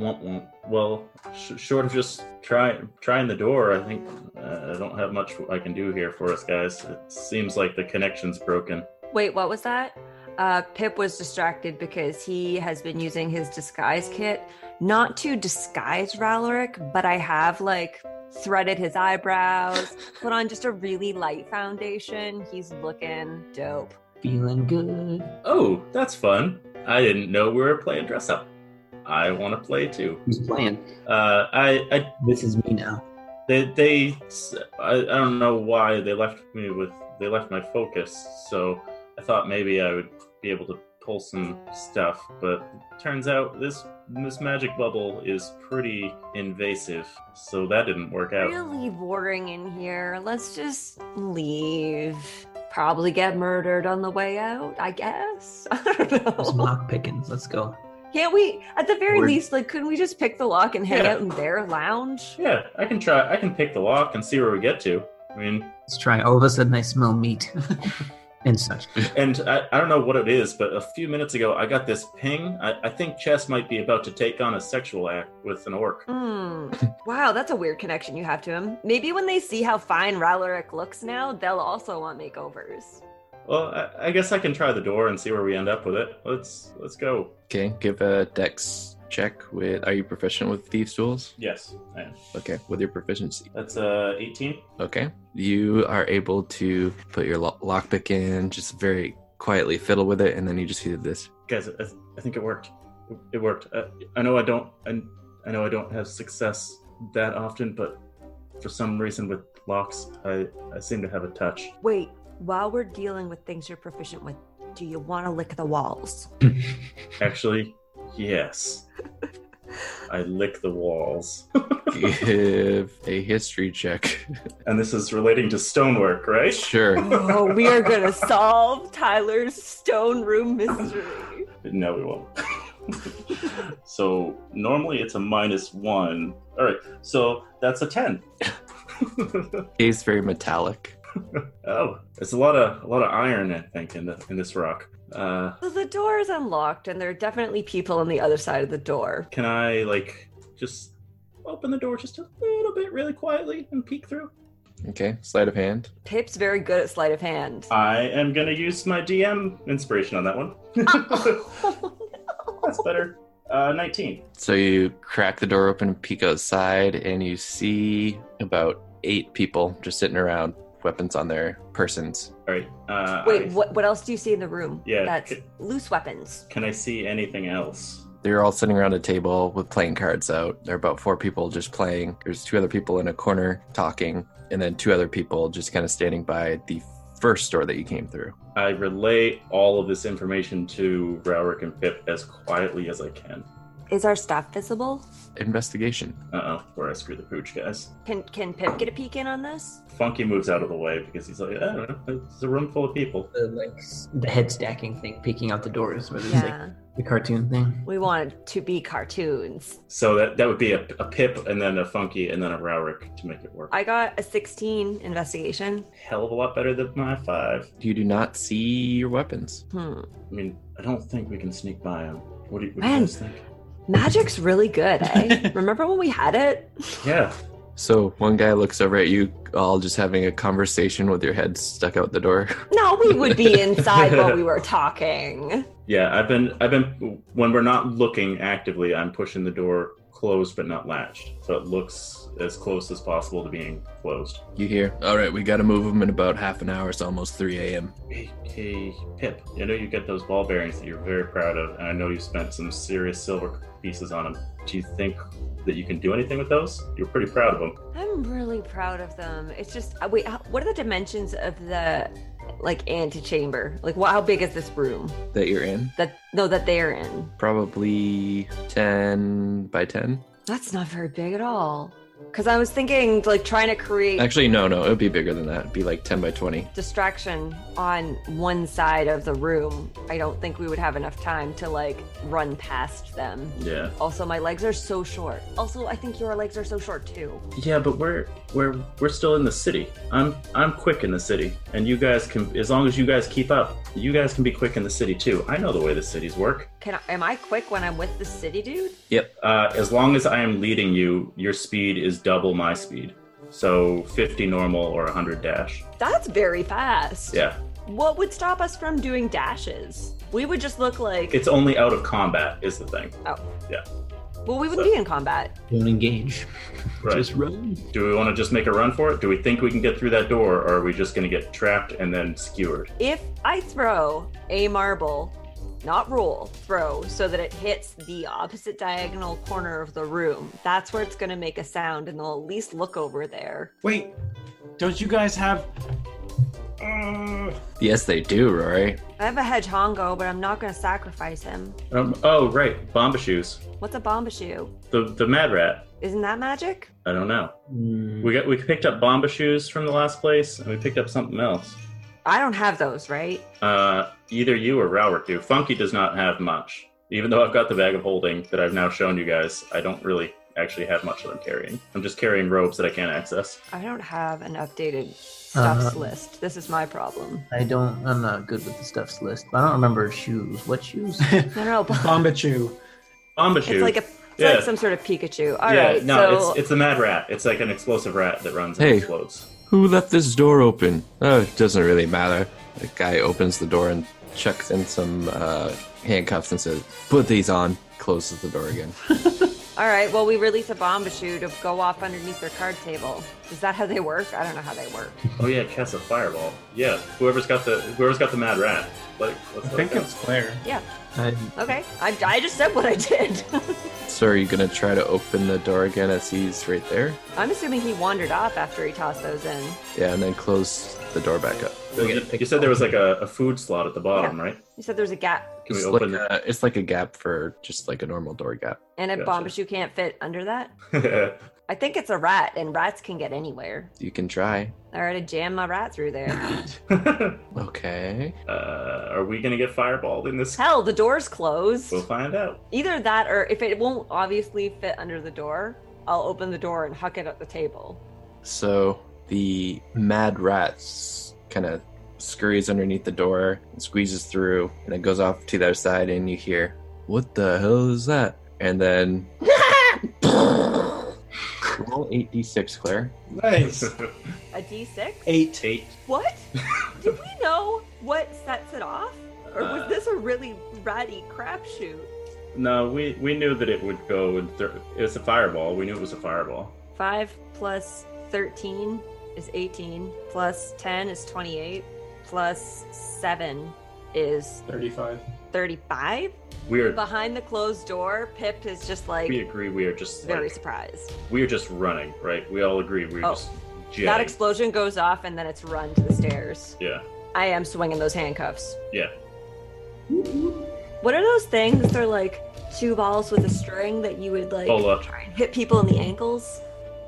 C: Womp womp. Well, sh- short of just try trying the door, I think uh, I don't have much I can do here for us guys. It seems like the connection's broken.
F: [LAUGHS] Wait, what was that? Uh, Pip was distracted because he has been using his disguise kit, not to disguise Raloric, but I have like threaded his eyebrows, put on just a really light foundation. He's looking dope.
H: Feeling good.
C: Oh, that's fun. I didn't know we were playing dress up. I want to play too.
H: Who's playing?
C: Uh, I, I
H: This is me now.
C: they they I, I don't know why they left me with they left my focus so i thought maybe i would be able to pull some stuff but turns out this this magic bubble is pretty invasive so that didn't work out
F: Really boring in here. Let's just leave. Probably get murdered on the way out, I guess. [LAUGHS] I don't
H: There's
F: know.
H: mock pickings. Let's go.
F: Can't we, at the very
H: We're-
F: least, like, couldn't we just pick the lock and hang
C: Yeah.
F: out in their lounge?
C: yeah i can try i can pick the lock and see where we get to i mean
H: Let's try. All of a sudden, I smell meat [LAUGHS] and such.
C: and I, I don't know what it is but a few minutes ago i got this ping i, I think chess might be about to take on a sexual act with an orc
F: Hmm. wow, that's a weird connection you have to him. Maybe when they see how fine Raloric looks now, they'll also want makeovers.
C: well I, I guess i can try the door and see where we end up with it let's let's go
B: Okay, give a dex check with. Are you proficient with thieves' tools?
C: Yes, I am.
B: Okay, with your proficiency.
C: That's uh, 18.
B: Okay. You are able to put your lo- lockpick in, just very quietly fiddle with it, and then you just hear this.
C: Guys, I, I think it worked. It worked. I, I know I don't. I, I know I don't have success that often, but for some reason with locks, I I seem to have a touch.
F: Wait, while we're dealing with things you're proficient with, do you want to lick the walls?
C: Actually, yes. I lick the walls.
B: Give a history check. [LAUGHS]
C: and this is relating to stonework, right?
B: Sure.
F: Oh, we are gonna solve Tyler's stone room mystery.
C: No, we won't. [LAUGHS] so normally it's a minus one. All right, so that's a ten. [LAUGHS]
B: He's very metallic.
C: oh, it's a lot of a lot of iron, I think, in the in this rock. Uh,
F: So the door is unlocked, and there are definitely people on the other side of the door.
C: can I like just open the door just a little bit, really quietly, and peek through?
B: Okay, sleight of hand.
F: Pip's very good at sleight of hand.
C: I am gonna use my DM inspiration on that
F: [LAUGHS]
C: one. That's better. Uh, Nineteen.
B: So you crack the door open, peek outside, and you see about eight people just sitting around, weapons on their persons.
C: All right. Uh,
F: Wait,
C: I-
F: what, what else do you see in the room?
C: Yeah,
F: That's
C: c-
F: loose weapons.
C: Can I see anything else?
B: They're all sitting around a table with playing cards out. There are about four people just playing. There's two other people in a corner talking, and then two other people just kind of standing by the first door that you came through.
C: I relay all of this information to Rowrick and Pip as quietly as I can.
F: Is our stuff visible?
B: Investigation.
C: Uh oh, where I screw the pooch, guys.
F: Can can Pip get a peek in on this?
C: Funky moves out of the way because he's like, I don't know, it's a room full of people.
H: The like s- the head stacking thing, peeking out the doors, where there's like
F: Yeah,
H: the cartoon thing.
F: we want it to be cartoons.
C: So that that would be a, a Pip and then a Funky and then a Rowrick to make it work.
F: I got a 16 investigation.
C: Hell of a lot better than my five.
B: You do not see your weapons.
F: Hmm.
C: I mean, I don't think we can sneak by him. What do you, what do you
F: Man.
C: guys think?
F: Magic's really good, eh? Remember when we had it?
C: Yeah.
B: So one guy looks over at you, all just having a conversation with your head stuck out the door.
F: No, we would be inside while we were talking.
C: Yeah, I've been I've been when we're not looking actively, I'm pushing the door closed but not latched. So it looks as close as possible to being closed.
B: You hear? All right, we got to move them in about half an hour. It's almost 3 a.m.
C: Hey, hey, Pip, I know you get those ball bearings that you're very proud of, and I know you spent some serious silver pieces on them. Do you think that you can do anything with those? You're pretty proud of them.
F: I'm really proud of them. It's just uh, wait, how- what are the dimensions of the like antechamber? Like, wha- how big is this room
B: That you're in?
F: that no that they're in?
B: Probably 10 by 10.
F: That's not very big at all. Because I was thinking like trying to create
B: Actually, no, no, it would be bigger than that. It'd be like 10 by 20.
F: distraction on one side of the room. I don't think we would have enough time to like run past them.
C: Yeah.
F: Also, my legs are so short. Also, I think your legs are so short too.
C: Yeah, but we're we're we're still in the city. I'm I'm quick in the city, and you guys can as long as you guys keep up, you guys can be quick in the city too. I know the way the cities work.
F: Can I, am I quick when I'm with the city dude?
C: Uh, as long as I am leading you, your speed is double my speed. So 50 normal or 100 dash.
F: That's very fast.
C: Yeah.
F: What would stop us from doing dashes? We would just look like
C: It's only out of combat is the thing.
F: well, we wouldn't be in combat.
H: Don't engage.
C: Right.
H: Just run.
C: Do we want to just make a run for it? Do we think we can get through that door, or are we just going to get trapped and then skewered?
F: If I throw a marble, not roll, throw so that it hits the opposite diagonal corner of the room, that's where it's going to make a sound, and they'll at least look over there.
G: Wait, don't you guys have? Uh,
B: Yes, they do, Rory.
F: I have a hedge hongo, but I'm not going to sacrifice him.
C: Um, oh, right. Bomba shoes.
F: What's a bombashoe?
C: The, the mad rat.
F: Isn't that magic?
C: I don't know.
H: Mm,
C: We got we picked up bomba shoes from the last place, and we picked up something else.
F: I don't have those, right?
C: Uh, either you or Rowrick do. Funky does not have much. Even though I've got the bag of holding that I've now shown you guys, I don't really actually have much that I'm carrying. I'm just carrying robes that I can't access.
F: I don't have an updated stuffs list. This is my problem.
H: I don't. I'm not good with the stuffs list. I don't remember shoes. What shoes?
F: No, [LAUGHS] no, no.
G: Bombachu.
C: Bomba
F: It's
C: shoes.
F: like a it's
C: Yeah.
F: like some sort of Pikachu. All right,
C: yeah, no,
F: so
C: it's it's a mad rat. It's like an explosive rat that runs
B: Hey.
C: and explodes.
B: Who left this door open? Oh, it doesn't really matter. The guy opens the door and chucks in some uh, handcuffs and says, Put these on. Closes the door again.
F: all right, well we release a Bombashoe to go off underneath their card table. Is that how they work? I don't know how they work.
C: Oh yeah, cast a fireball. Yeah, whoever's got the whoever's got the mad rat. Like, let's
G: I
C: let
G: think
C: them.
G: it's Claire.
F: Yeah.
H: I,
F: Okay. I, I just said what I did. [LAUGHS]
B: so, are you going to try to open the door again as he's right there?
F: I'm assuming he wandered off after he tossed those in.
B: Yeah, and then close the door back up.
H: We're gonna pick
C: You said there was like a, a food slot at the bottom, right?
F: You said there's a gap
C: Can we
B: It's like,
C: open
B: a, it's like a gap for just like a normal door gap.
F: and a
C: Gotcha.
F: bombashoe can't fit under that.
C: that?
F: I think it's a rat, and rats can get anywhere.
B: You can try.
F: I already jammed my rat through there.
C: [LAUGHS] uh,
B: Okay.
C: are we gonna get fireballed in this?
F: Hell, the door's closed.
C: We'll find out.
F: Either that, or if it won't obviously fit under the door, I'll open the door and huck it at the table.
B: So the mad rat kind of scurries underneath the door and squeezes through, and it goes off to the other side, and you hear, "What the hell is that?" And
C: [LAUGHS]
B: then roll eight d six, Claire.
C: [LAUGHS]
G: Nice.
F: A D6?
G: [LAUGHS] Eight.
C: Eight. [LAUGHS]
F: What? Did we know what sets it off? Or was
C: Uh.
F: this a really ratty crapshoot?
C: No, we we knew that it would go. With th- it was a fireball. We knew it was a fireball.
F: 5 plus 13 is 18, plus 10 is 28, plus 7 is
G: Thirty-five.
F: 35.
C: We are.
F: Behind the closed door, Pip is just like
C: We agree. We are just
F: very
C: like,
F: surprised.
C: we are just running, right? We all agree. We're
F: Oh.
C: just
F: That
C: jetting.
F: explosion goes off and then it's run to the stairs.
C: yeah,
F: I am swinging those handcuffs.
C: yeah.
F: What are those things? They're like two balls with a string that you would like
C: Bola,
F: try and hit people in the ankles.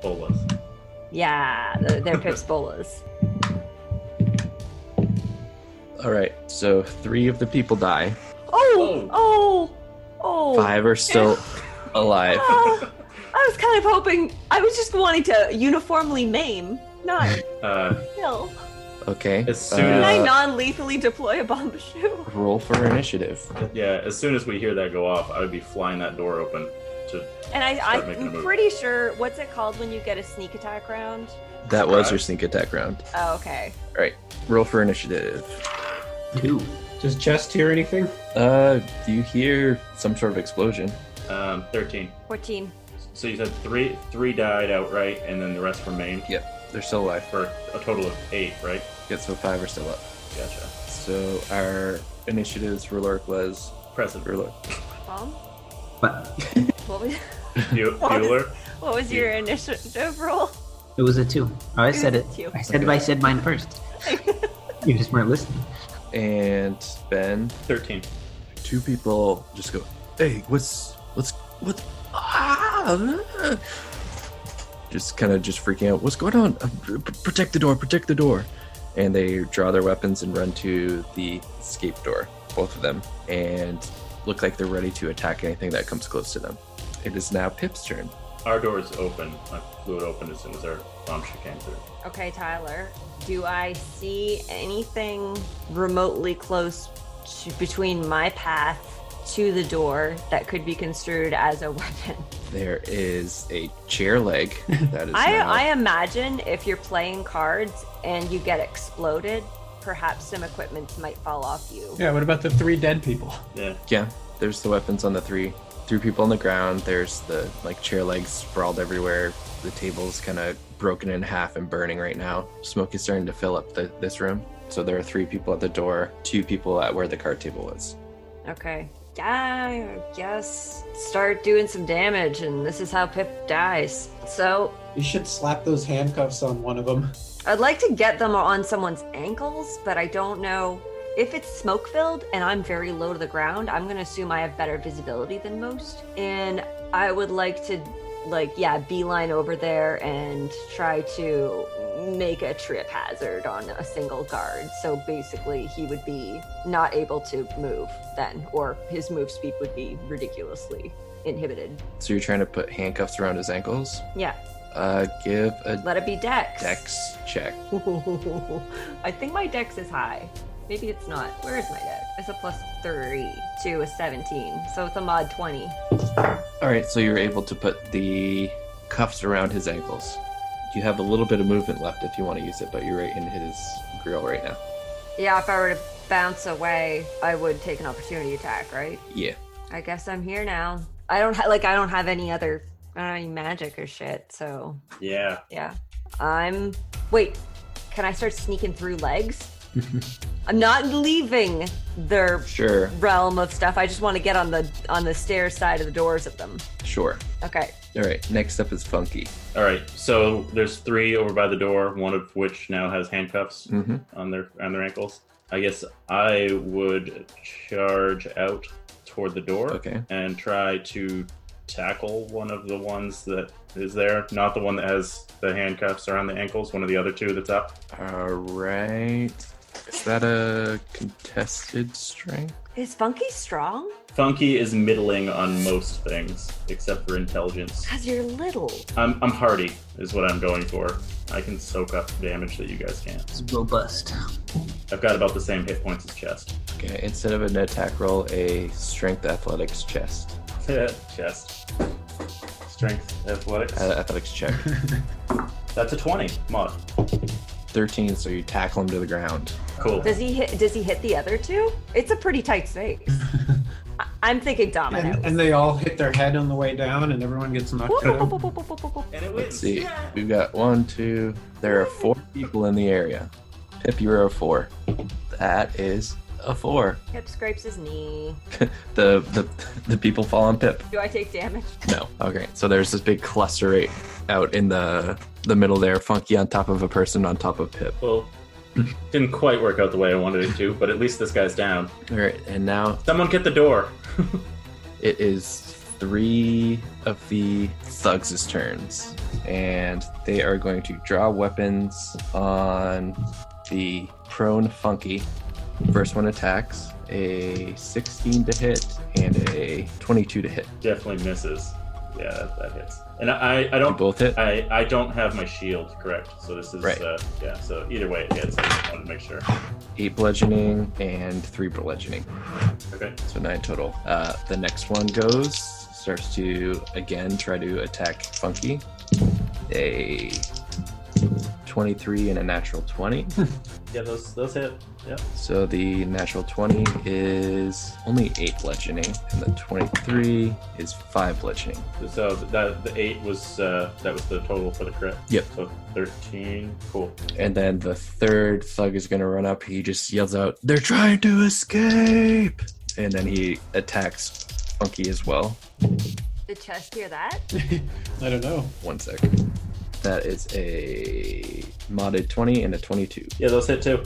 C: bolas.
F: Yeah, they're, they're Pip's
C: [LAUGHS]
F: bolas.
B: All right. So three of the people die.
F: Oh, oh, oh.
B: Five are
C: [LAUGHS]
B: still alive.
F: Ah, I was kind of hoping. I was just wanting to uniformly maim, not
C: Uh, [LAUGHS]
F: kill.
B: Okay.
C: As soon
F: Can I
C: Uh,
F: non-lethally deploy a bomb shoe?
B: roll for initiative.
C: yeah. As soon as we hear that go off, I would be flying that door open. To
F: And I,
C: Start making a
F: I'm
C: move.
F: pretty sure. What's it called when you get a sneak attack round?
B: That was your sneak attack round.
F: Oh, okay.
B: Roll for initiative.
H: two.
G: Does Chest hear anything?
B: Uh, do you hear some sort of explosion?
C: um, thirteen.
F: Fourteen.
C: So you said three three died outright, and then the rest remained
B: They're still alive.
C: for a total of eight, right?
B: Good, so five are still up.
C: Gotcha.
B: So our initiatives for Lurk was [LAUGHS]
C: Present.
B: for Lurk.
F: Bomb.
H: But
F: What was [LAUGHS]
C: Bu-
F: What?
C: Bueller.
F: what was your initiative roll?
H: it was a two. Oh, I
F: was
H: said
F: a
H: it.
F: two.
H: I said it. I said mine
F: [LAUGHS]
H: first. you just weren't listening.
B: And Ben,
C: Thirteen.
B: two people just go, "Hey, what's what's what?" Ah! ah." Just kind of just freaking out. What's going on? Uh, p- p- protect the door! Protect the door! And they draw their weapons and run to the escape door, both of them, and look like they're ready to attack anything that comes close to them. It is now Pip's turn.
C: Our door is open. I flew it open as soon as our bomb shit came through.
F: Okay, Tyler. Do I see anything remotely close to, between my path to the door that could be construed as a [LAUGHS] weapon?
B: There is a chair leg that is.
F: [LAUGHS] I,
B: now-
F: I imagine if you're playing cards and you get exploded, perhaps some equipment might fall off you.
G: Yeah. What about the three dead people?
C: Yeah.
B: Yeah, there's the weapons on the three three people on the ground. There's the like chair legs sprawled everywhere. The table's kind of broken in half and burning right now. Smoke is starting to fill up the, this room. So there are three people at the door, two people at where the card table was.
F: Okay. Yeah, I guess start doing some damage, and this is how Pip dies. So
I: You should slap those handcuffs on one of them.
F: I'd like to get them on someone's ankles, but I don't know if it's smoke filled and I'm very low to the ground. I'm going to assume I have better visibility than most. And I would like to, like, yeah, beeline over there and try to make a trip hazard on a single guard. So basically, he would be not able to move then, or his move speed would be ridiculously inhibited.
B: So you're trying to put handcuffs around his ankles.
F: Yeah,
B: Uh, give a
F: let it be Dex.
B: dex check.
F: I think my dex is high. Maybe it's not. Where is my dex? It's a plus three to a 17. So it's a mod 20.
B: All right, so you're able to put the cuffs around his ankles. You have a little bit of movement left if you want to use it, but you're right in his grill right now.
F: Yeah, if I were to bounce away, I would take an opportunity attack, right?
B: Yeah.
F: I guess I'm here now. I don't ha- like I don't have any other I don't have any magic or shit, so
C: Yeah.
F: yeah. I'm wait, can I start sneaking through legs? I'm not leaving their
B: Sure.
F: realm of stuff. I just want to get on the on the stairs side of the doors of them.
B: Sure.
F: Okay.
B: All right. Next up is Funky.
C: All right. So there's three over by the door, one of which now has handcuffs
B: Mm-hmm.
C: on their on their ankles. I guess I would charge out toward the door
B: Okay.
C: and try to tackle one of the ones that is there, not the one that has the handcuffs around the ankles, one of the other two that's up.
B: All right. Is that a contested strength?
F: Is Funky strong?
C: Funky is middling on most things except for intelligence.
F: Cause you're little.
C: I'm I'm hardy is what I'm going for. I can soak up damage that you guys can't.
H: It's robust.
C: I've got about the same hit points as chest. [LAUGHS]
B: Okay. Instead of an attack roll, a strength athletics chest.
C: chest. Strength, athletics.
B: Uh, athletics check.
C: That's a 20 mod.
B: 13, so you tackle him to the ground.
C: Cool.
F: Does he hit? Does he hit the other two? It's a pretty
I: [LAUGHS]
F: tight space. I- I'm thinking dominoes. [LAUGHS]
I: And, and they all hit their head on the way down, and everyone gets
F: Whoop,
I: knocked
F: whoop,
I: out.
F: whoop, whoop, whoop, whoop, whoop.
C: And it
B: Let's
C: wins.
B: see. We've got one, two. There are four people in the area. Pip, you're a four. That is a four.
F: Hip scrapes his knee.
B: The the the people fall on Pip.
F: Do I take damage? [LAUGHS]
B: No. Okay. So there's this big cluster right out in the the middle there. Funky on top of a person on top of Pip.
C: Well, didn't quite work out the way I wanted it to, but at least this guy's down.
B: All right. And now
C: Someone get the door.
B: it is three of the thugs' turns, and they are going to draw weapons on the prone Funky. First one attacks a 16 to hit and a 22 to hit.
C: Definitely misses. Yeah, that, that hits. And I, I
B: Do
C: don't.
B: both hit?
C: I, I don't have my shield correct, so this is
B: Right.
C: uh, yeah. So either way, it hits. I just wanted to make sure.
B: Eight bludgeoning and three bludgeoning.
C: Okay.
B: So nine total. Uh, the next one goes, starts to again try to attack Funky. A 23 and a natural 20.
C: Yeah, those those hit. Yep.
B: so the natural 20 is only eight bludgeoning, and the 23 is five bludgeoning.
C: So that the eight was uh, that was the total for the crit.
B: Yep.
C: So thirteen. Cool.
B: And then the third thug is going to run up. He just yells out, They're trying to escape! And then he attacks Funky as well.
F: Did chest
I: [LAUGHS]
F: hear that?
I: I don't know.
B: One second. That is a modded 20 and a 22.
C: Yeah, those hit too.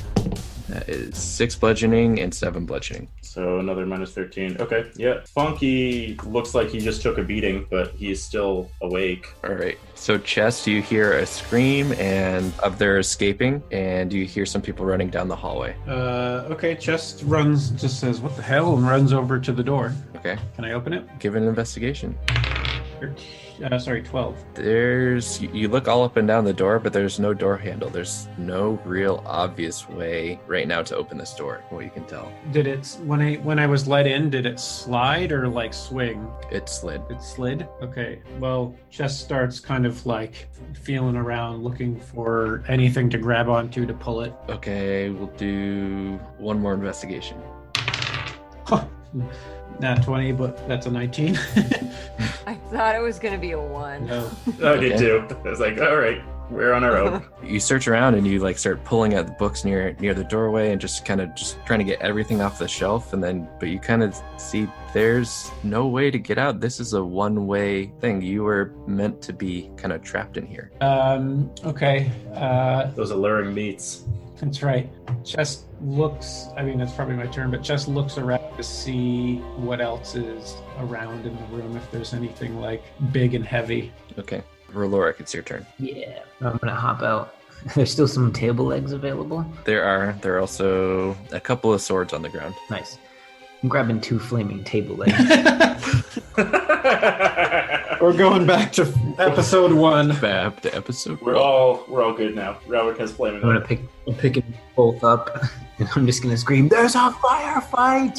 B: That is six bludgeoning and seven bludgeoning.
C: So another minus 13. Okay, yeah. Funky looks like he just took a beating, but he's still [LAUGHS] awake.
B: All right. So, Chest, you hear a scream and of their escaping, and you hear some people running down the hallway.
I: Uh, okay, Chest runs, just says, What the hell? and runs over to the door.
B: Okay.
I: Can I open it?
B: Give it an investigation.
I: Thirteen- Uh, sorry, 12.
B: There's, you look all up and down the door, but there's no door handle. There's no real obvious way right now to open this door, from what you can tell.
I: Did it, when I when I was let in, did it slide or like swing?
B: It slid.
I: It slid? Okay, well, Chest starts kind of like feeling around, looking for anything to grab onto to pull it. [LAUGHS]
B: Okay, we'll do one more investigation.
I: Huh. Not 20, but that's a [LAUGHS] 19.
F: I thought it was gonna be a one.
I: no.
C: I did
B: Okay.
C: too. I was like, all right, we're on our [LAUGHS] own.
B: you search around and you like start pulling at the books near near the doorway and just kind of just trying to get everything off the shelf and then but you kind of see there's no way to get out this is a one way thing you were meant to be kind of trapped in here
I: Um, okay, uh,
C: Those alluring [LAUGHS] meats.
I: that's right. Chest looks, I mean, it's probably my turn, but Chest looks around to see what else is around in the room, if there's anything like big and heavy.
B: okay Roloric, it's your turn.
H: Yeah. I'm gonna hop out. [LAUGHS] There's still some table legs available.
B: There are there are also a couple of swords on the ground.
H: Nice. I'm grabbing two flaming table legs. [LAUGHS]
I: We're going back to episode one.
B: Bab to episode.
C: we're all we're all good now. Robert has flaming.
H: I'm gonna pick I'm picking both up [LAUGHS] and I'm just gonna scream, There's a firefight!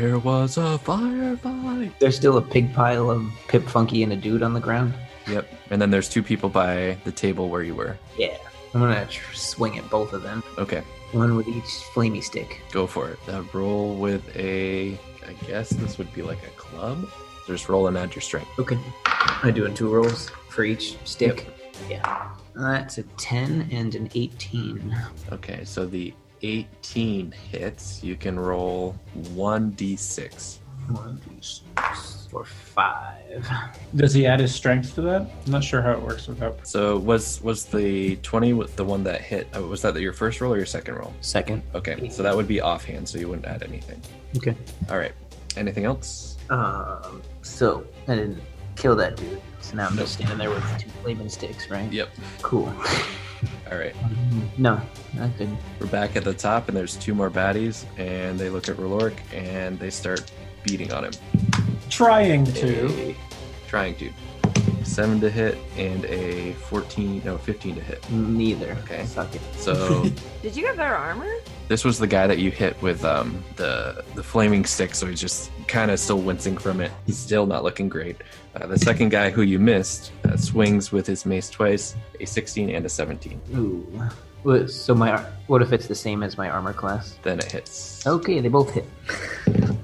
B: There was a firefight.
H: There's still a pig pile of Pip Funky and a dude on the ground.
B: Yep. And then there's two people by the table where you were.
H: Yeah. I'm gonna tr- swing at both of them.
B: Okay.
H: One with each flamey stick.
B: Go for it. Uh, roll with a. I guess this would be like a club. So just roll and add your strength.
H: Okay. I do in two rolls for each stick. That's a 10 and an 18.
B: Okay, so the 18 hits. You can roll 1d6.
H: One, two, six, four, five.
I: Does he add his strength to that? I'm not sure how it works without.
B: So was was the 20 with the one that hit? uh, Was that your first roll or your second roll?
H: Second.
B: Okay, so that would be offhand, so you wouldn't add anything.
H: Okay.
B: All right. Anything else?
H: Um, so I didn't kill that dude. So now I'm just standing there with two flaming sticks, right?
B: Yep.
H: Cool.
B: All right.
H: No, not good.
B: We're back at the top, and there's two more baddies, and they look at Rulork and they start beating on him.
I: Trying to.
B: A- trying to. Seven to hit and a 14, no, 15 to hit.
H: Neither.
B: Okay.
H: Suck it.
B: So
F: Did you get better armor?
B: this was the guy that you hit with um, the the flaming stick, so he's just kind of still wincing from it. He's still not looking great. Uh, the second guy who you missed uh, swings with his mace twice, a 16 and a 17.
H: Ooh. What- So my ar- what if it's the same as my armor class?
B: Then it hits.
H: Okay, they both hit.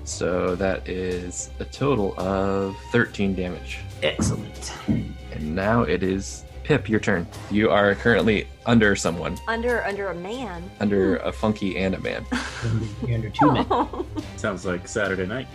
B: So that is a total of 13 damage.
H: Excellent.
B: And now it is Pip, your turn. You are currently under someone,
F: Under under a man.
B: under a funky and a man.
H: You're under two minutes.
C: Sounds like Saturday night.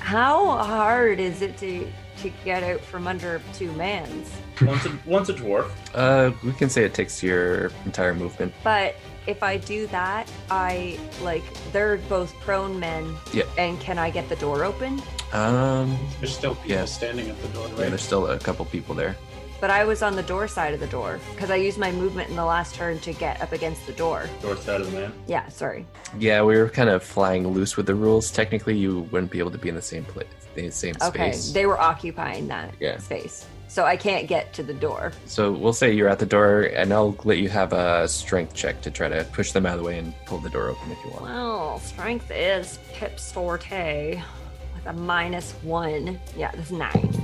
F: How hard is it to to get out from under two mans?
C: Once [LAUGHS] a, once a dwarf.
B: Uh, we can say it takes your entire movement.
F: But if I do that, I like they're both prone men.
B: Yeah.
F: And can I get the door open?
B: Um,
I: There's still people
B: Yeah.
I: standing at the door,
B: yeah,
I: right?
B: there's still a couple people there.
F: But I was on the door side of the door because I used my movement in the last turn to get up against the door.
C: Dwarf side of the man.
F: Yeah, sorry.
B: Yeah, we were kind of flying loose with the rules. Technically, you wouldn't be able to be in the same place, the same
F: Okay,
B: space.
F: they were occupying that
B: Yeah.
F: space, so I can't get to the door.
B: So we'll say you're at the door, and I'll let you have a strength check to try to push them out of the way and pull the door open if you want.
F: Well, strength is Pip's forte with a minus one. Yeah, that's nine.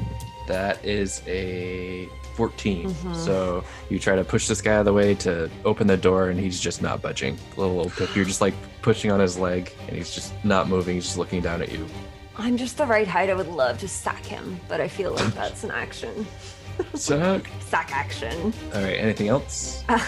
B: That is a 14.
F: Mhm.
B: So you try to push this guy out of the way to open the door, and he's just not budging. Little old pip, you're just like pushing on his leg, and he's just not moving. He's just looking down at you.
F: I'm just the right height. I would love to sack him, but I feel like that's an action.
B: Suck.
F: Sack action. [LAUGHS]
B: All right. Anything else?
F: I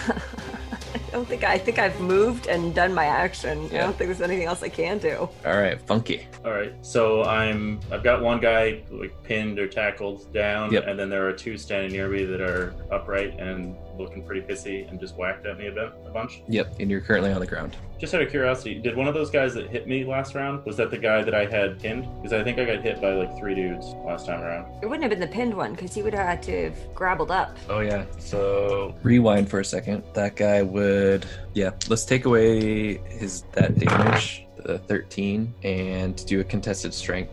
F: don't think I think I've moved and done my action. I
B: Yeah.
F: don't think there's anything else I can do.
B: All right. Funky.
C: All right. So I'm I've got one guy like pinned or tackled down,
B: Yep.
C: and then there are two standing near me that are upright and looking pretty pissy and just whacked at me a bit, a bunch.
B: Yep. And you're currently on the ground.
C: Just out of curiosity, did one of those guys that hit me last round was that the guy that I had pinned? Because I think I got hit by like three dudes last time around.
F: It wouldn't have been the pinned one because he would have had to have grabbled up.
B: Oh yeah. So rewind for a second. That guy would yeah, let's take away his that damage, the 13 and do a contested strength.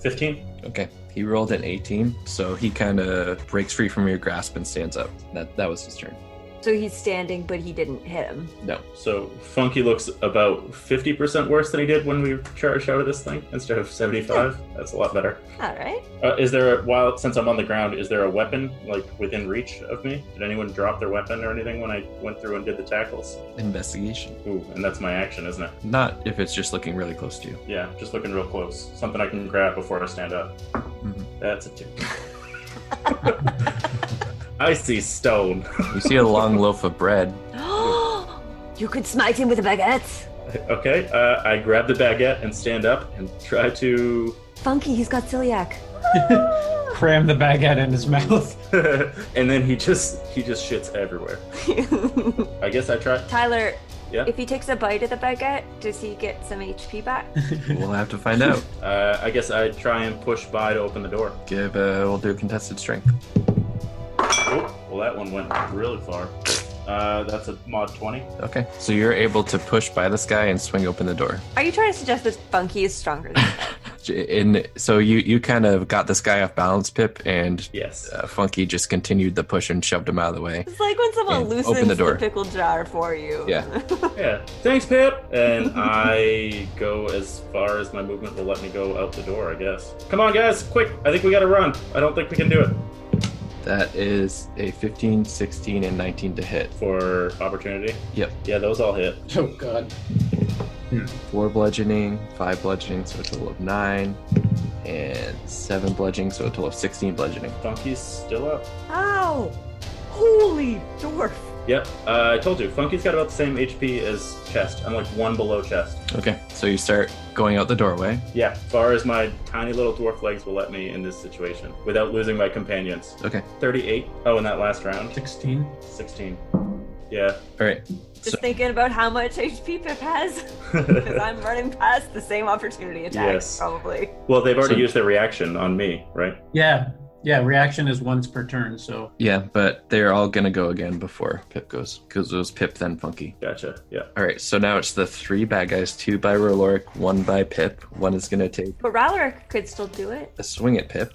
C: Fifteen.
B: Okay. He rolled an 18, so he kind of breaks free from your grasp and stands up. That that was his turn.
F: So he's standing, but he didn't hit him.
B: No.
C: So Funky looks about fifty percent worse than he did when we charged out of this thing instead of seventy-five. That's a lot better.
F: All right. [GASPS]
C: Uh, is there a, while since I'm on the ground, is there a weapon like within reach of me? Did anyone drop their weapon or anything when I went through and did the tackles?
B: Investigation.
C: Ooh, and that's my action, isn't it?
B: Not if it's just looking really close to you.
C: Yeah, just looking real close. Something I can grab before I stand up.
B: Mhm.
C: That's a two. [LAUGHS] I see stone. [LAUGHS]
B: You see a long [LAUGHS] loaf of bread.
F: you could smite him with a baguette.
C: okay, uh, I grab the baguette and stand up and try to [LAUGHS]
F: Funky, he's got celiac. [LAUGHS]
I: Cram the baguette in his [LAUGHS] mouth.
C: and then he just he just shits everywhere. I guess I try
F: Tyler,
C: Yeah?
F: if he takes a bite of the baguette, does he get some HP
B: [LAUGHS]
F: back?
B: We'll have to find out.
C: uh, I guess I try and push by to open the door.
B: Give uh we'll do a contested strength.
C: Oh, well, that one went really far. Uh, that's a mod 20.
B: Okay. So you're able to push by this guy and swing open the door.
F: Are you trying to suggest that Funky is stronger than
B: [LAUGHS] and so you you kind of got this guy off balance pip and
C: Yes.
B: uh, funky just continued the push and shoved him out of the way
F: It's like when someone
B: Yeah, open
F: loosens
B: the door.
F: pickle jar for you. [LAUGHS]
B: Yeah.
C: Yeah. Thanks, Pip! And I go as far as my movement will let me go out the door, I guess. Come on, guys, quick! I think we gotta run. I don't think we can do it.
B: that is a 15 16 and 19 to hit
C: For opportunity?
B: Yep.
C: Yeah, those all hit.
I: Oh god.
B: four bludgeoning five bludgeoning so a total of nine and seven bludgeoning so a total of 16 bludgeoning
C: Funky's still up.
F: Ow! Holy dwarf.
C: Yep. Uh, I told you, Funky's got about the same HP as Chest. I'm like one below Chest.
B: Okay, so you start going out the doorway.
C: Yeah, as far as my tiny little dwarf legs will let me in this situation without losing my companions.
B: Okay.
C: 38. Oh, in that last round,
G: 16.
C: 16. Yeah. [LAUGHS]
B: All right.
F: Just
B: So-
F: thinking about how much HP Pip has. Because I'm running past the same opportunity attack,
C: Yes.
F: probably.
C: well, they've already
B: So-
C: used their reaction on me, right?
G: Yeah. Yeah. Reaction is once per turn. So
B: Yeah, but they're all gonna go again before Pip goes, because it was Pip then Funky.
C: Gotcha. Yeah.
B: All right, so now it's the three bad guys: two by Roloric, one by Pip. One is gonna take
F: But Ralaric could still do it.
B: a swing at Pip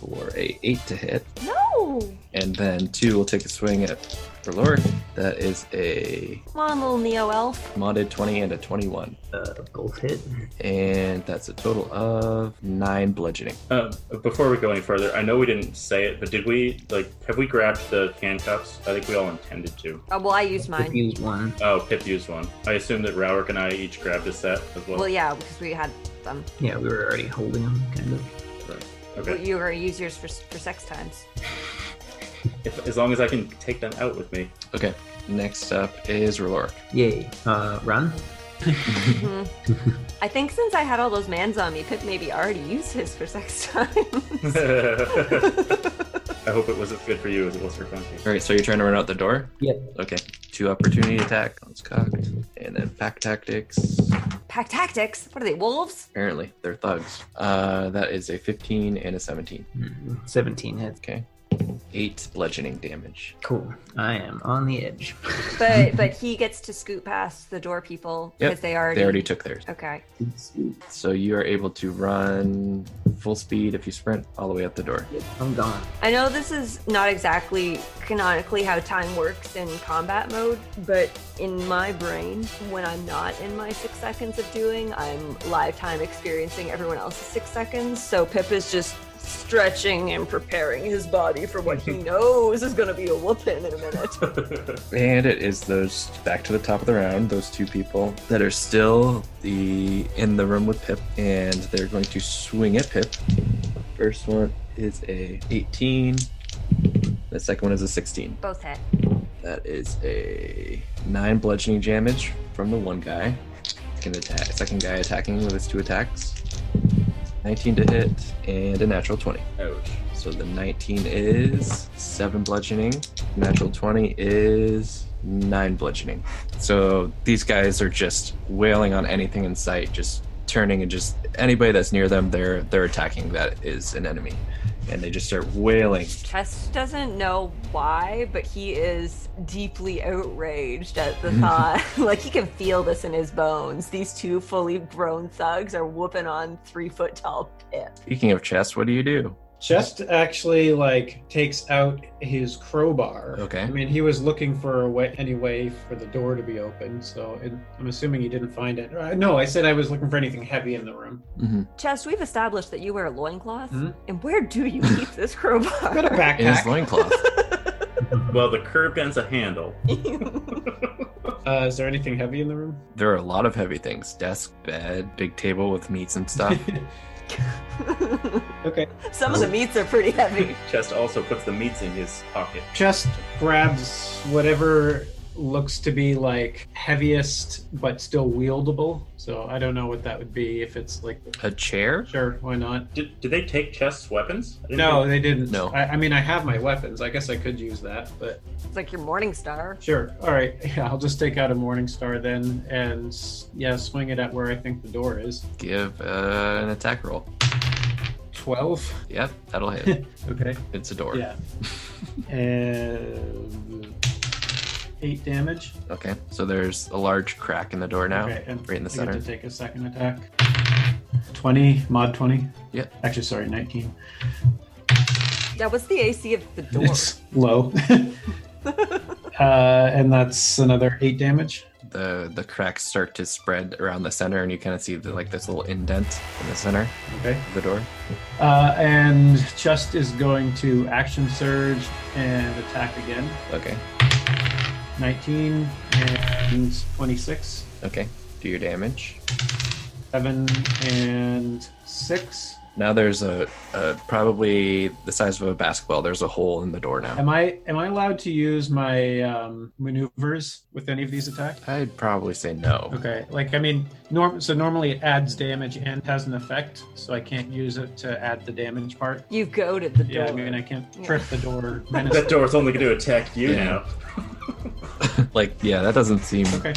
B: for a eight to hit,
F: No!
B: and then two will take a swing at Roloric. That is a
F: Come on, little Neo Elf.
B: modded twenty and a twenty-one,
H: Uh, both hit.
B: and that's a total of nine bludgeoning.
C: Uh, before we go any further, I know we didn't say it, but did we like have we grabbed the handcuffs? I think we all intended to.
F: Oh, well, I used mine.
H: Confused one.
C: Oh, Pip used one. I assume that Rourke and I each grabbed a set as well.
F: Well, yeah, because we had um, them.
H: Yeah, we were already holding him, kind of.
F: Well,
C: Okay.
F: You were use yours for, for sex times.
C: If, as long as I can take them out with me. [LAUGHS]
B: Okay, next up is Roloric.
H: Yay. Uh, run.
F: Mhm. I think since I had all those mans on me, Pip maybe already used his for
B: [LAUGHS]
F: sex times.
C: I hope it was as good for you as it was for Funky.
B: All right, so you're trying to run out the door.
H: Yep.
B: Okay, two opportunity attack. That's cocked, and then pack tactics.
F: Pack tactics? What are they, wolves?
B: Apparently, they're thugs. Uh, that is a 15 and a 17.
H: Hmm, 17 hits.
B: Okay. Eight bludgeoning damage.
H: Cool. I am on the edge. [LAUGHS]
F: But but he gets to scoot past the door people because
B: Yep,
F: they already.
B: They already took theirs.
F: Okay.
B: So you are able to run full speed if you sprint all the way out the door.
H: I'm gone.
F: I know this is not exactly canonically how time works in combat mode, but in my brain, when I'm not in my six seconds of doing, I'm live time experiencing everyone else's six seconds. So Pip is just stretching and preparing his body for what he knows is going to be a whooping in a minute.
B: And it is those back to the top of the round, those two people that are still the in the room with Pip, and they're going to swing at Pip. First one is a 18. The second one is a 16.
F: Both hit.
B: That is a nine bludgeoning damage from the one guy. Second attack. Second guy attacking with his two attacks. 19 to hit and a natural 20.
C: Ouch.
B: So the 19 is seven bludgeoning. Natural 20 is nine bludgeoning. So these guys are just wailing on anything in sight, just turning and just anybody that's near them, they're they're attacking. That is an enemy, and they just start wailing.
F: Chess doesn't know why, but he is deeply outraged at
C: [LAUGHS]
F: the thought. [LAUGHS] like he can feel this in his bones. These two fully grown thugs are whooping on three foot tall Pip.
B: Speaking of chess, what do you do?
G: Chest actually like takes out his crowbar.
B: Okay.
G: I mean, he was looking for a way, any way for the door to be open. So it, I'm assuming he didn't find it. Uh, no, I said I was looking for anything heavy in the room.
B: Mm-hmm.
F: Chess, we've established that you wear a loincloth,
C: Hmm?
G: Mhm.
F: and where
C: [LAUGHS]
F: do you keep this
G: I've
B: [LAUGHS]
G: got a
F: crowbar?
B: In his
G: backpack.
B: loincloth.
C: Well, the curved end's a handle.
G: Uh, is there anything heavy in the room?
B: There are a lot of heavy things desk, bed, big table with meats and
G: [LAUGHS]
B: stuff.
G: Okay.
F: [LAUGHS] Some of the meats are pretty heavy.
C: Chest also puts the meats in his pocket.
G: Chest grabs whatever looks to be like heaviest but still wieldable. So I don't know what that would be if it's like
B: a chair?
G: sure, why not?
C: Did, did they take Chest's weapons? I didn't
G: No,
C: think-
G: they didn't.
B: No.
G: I, I mean, I have my weapons. I guess I could use that, but
F: It's like your morning star.
G: sure. All right. [LAUGHS] Yeah, I'll just take out a Morning Star then and yeah, swing it at where I think the door is.
B: Give uh, an attack roll.
G: 12.
B: Yep, that'll
G: [LAUGHS]
B: hit.
G: Okay.
B: it's a door. [LAUGHS]
G: Yeah. and eight damage.
B: Okay, so there's a large crack in the door now,
G: Okay, and
B: right in the
G: I
B: center.
G: get to take a second attack. 20, mod 20.
B: Yep.
G: Actually, sorry, 19.
F: That was the AC of the door.
G: It's low. [LAUGHS] uh, and that's another 8 damage.
B: The the cracks start to spread around the center, and you kind of see the, like this little indent in the center
G: Okay.
B: of the door.
G: Uh, and Chest is going to action surge and attack again.
B: Okay,
G: 19 and 26.
B: okay, do your damage.
G: 7 and 6.
B: Now there's a, a probably the size of a basketball. There's a hole in the door now.
I: Am I am I allowed to use my um, maneuvers with any of these attacks?
B: I'd probably say no.
I: Okay, like I mean, norm. So normally it adds damage and has an effect, so I can't use it to add the damage part.
F: You go to the door.
I: Yeah, I mean I can't trip [LAUGHS] the door.
C: That door's only going to attack you
B: Yeah.
C: now.
B: [LAUGHS] Like, yeah, that doesn't seem.
I: Okay.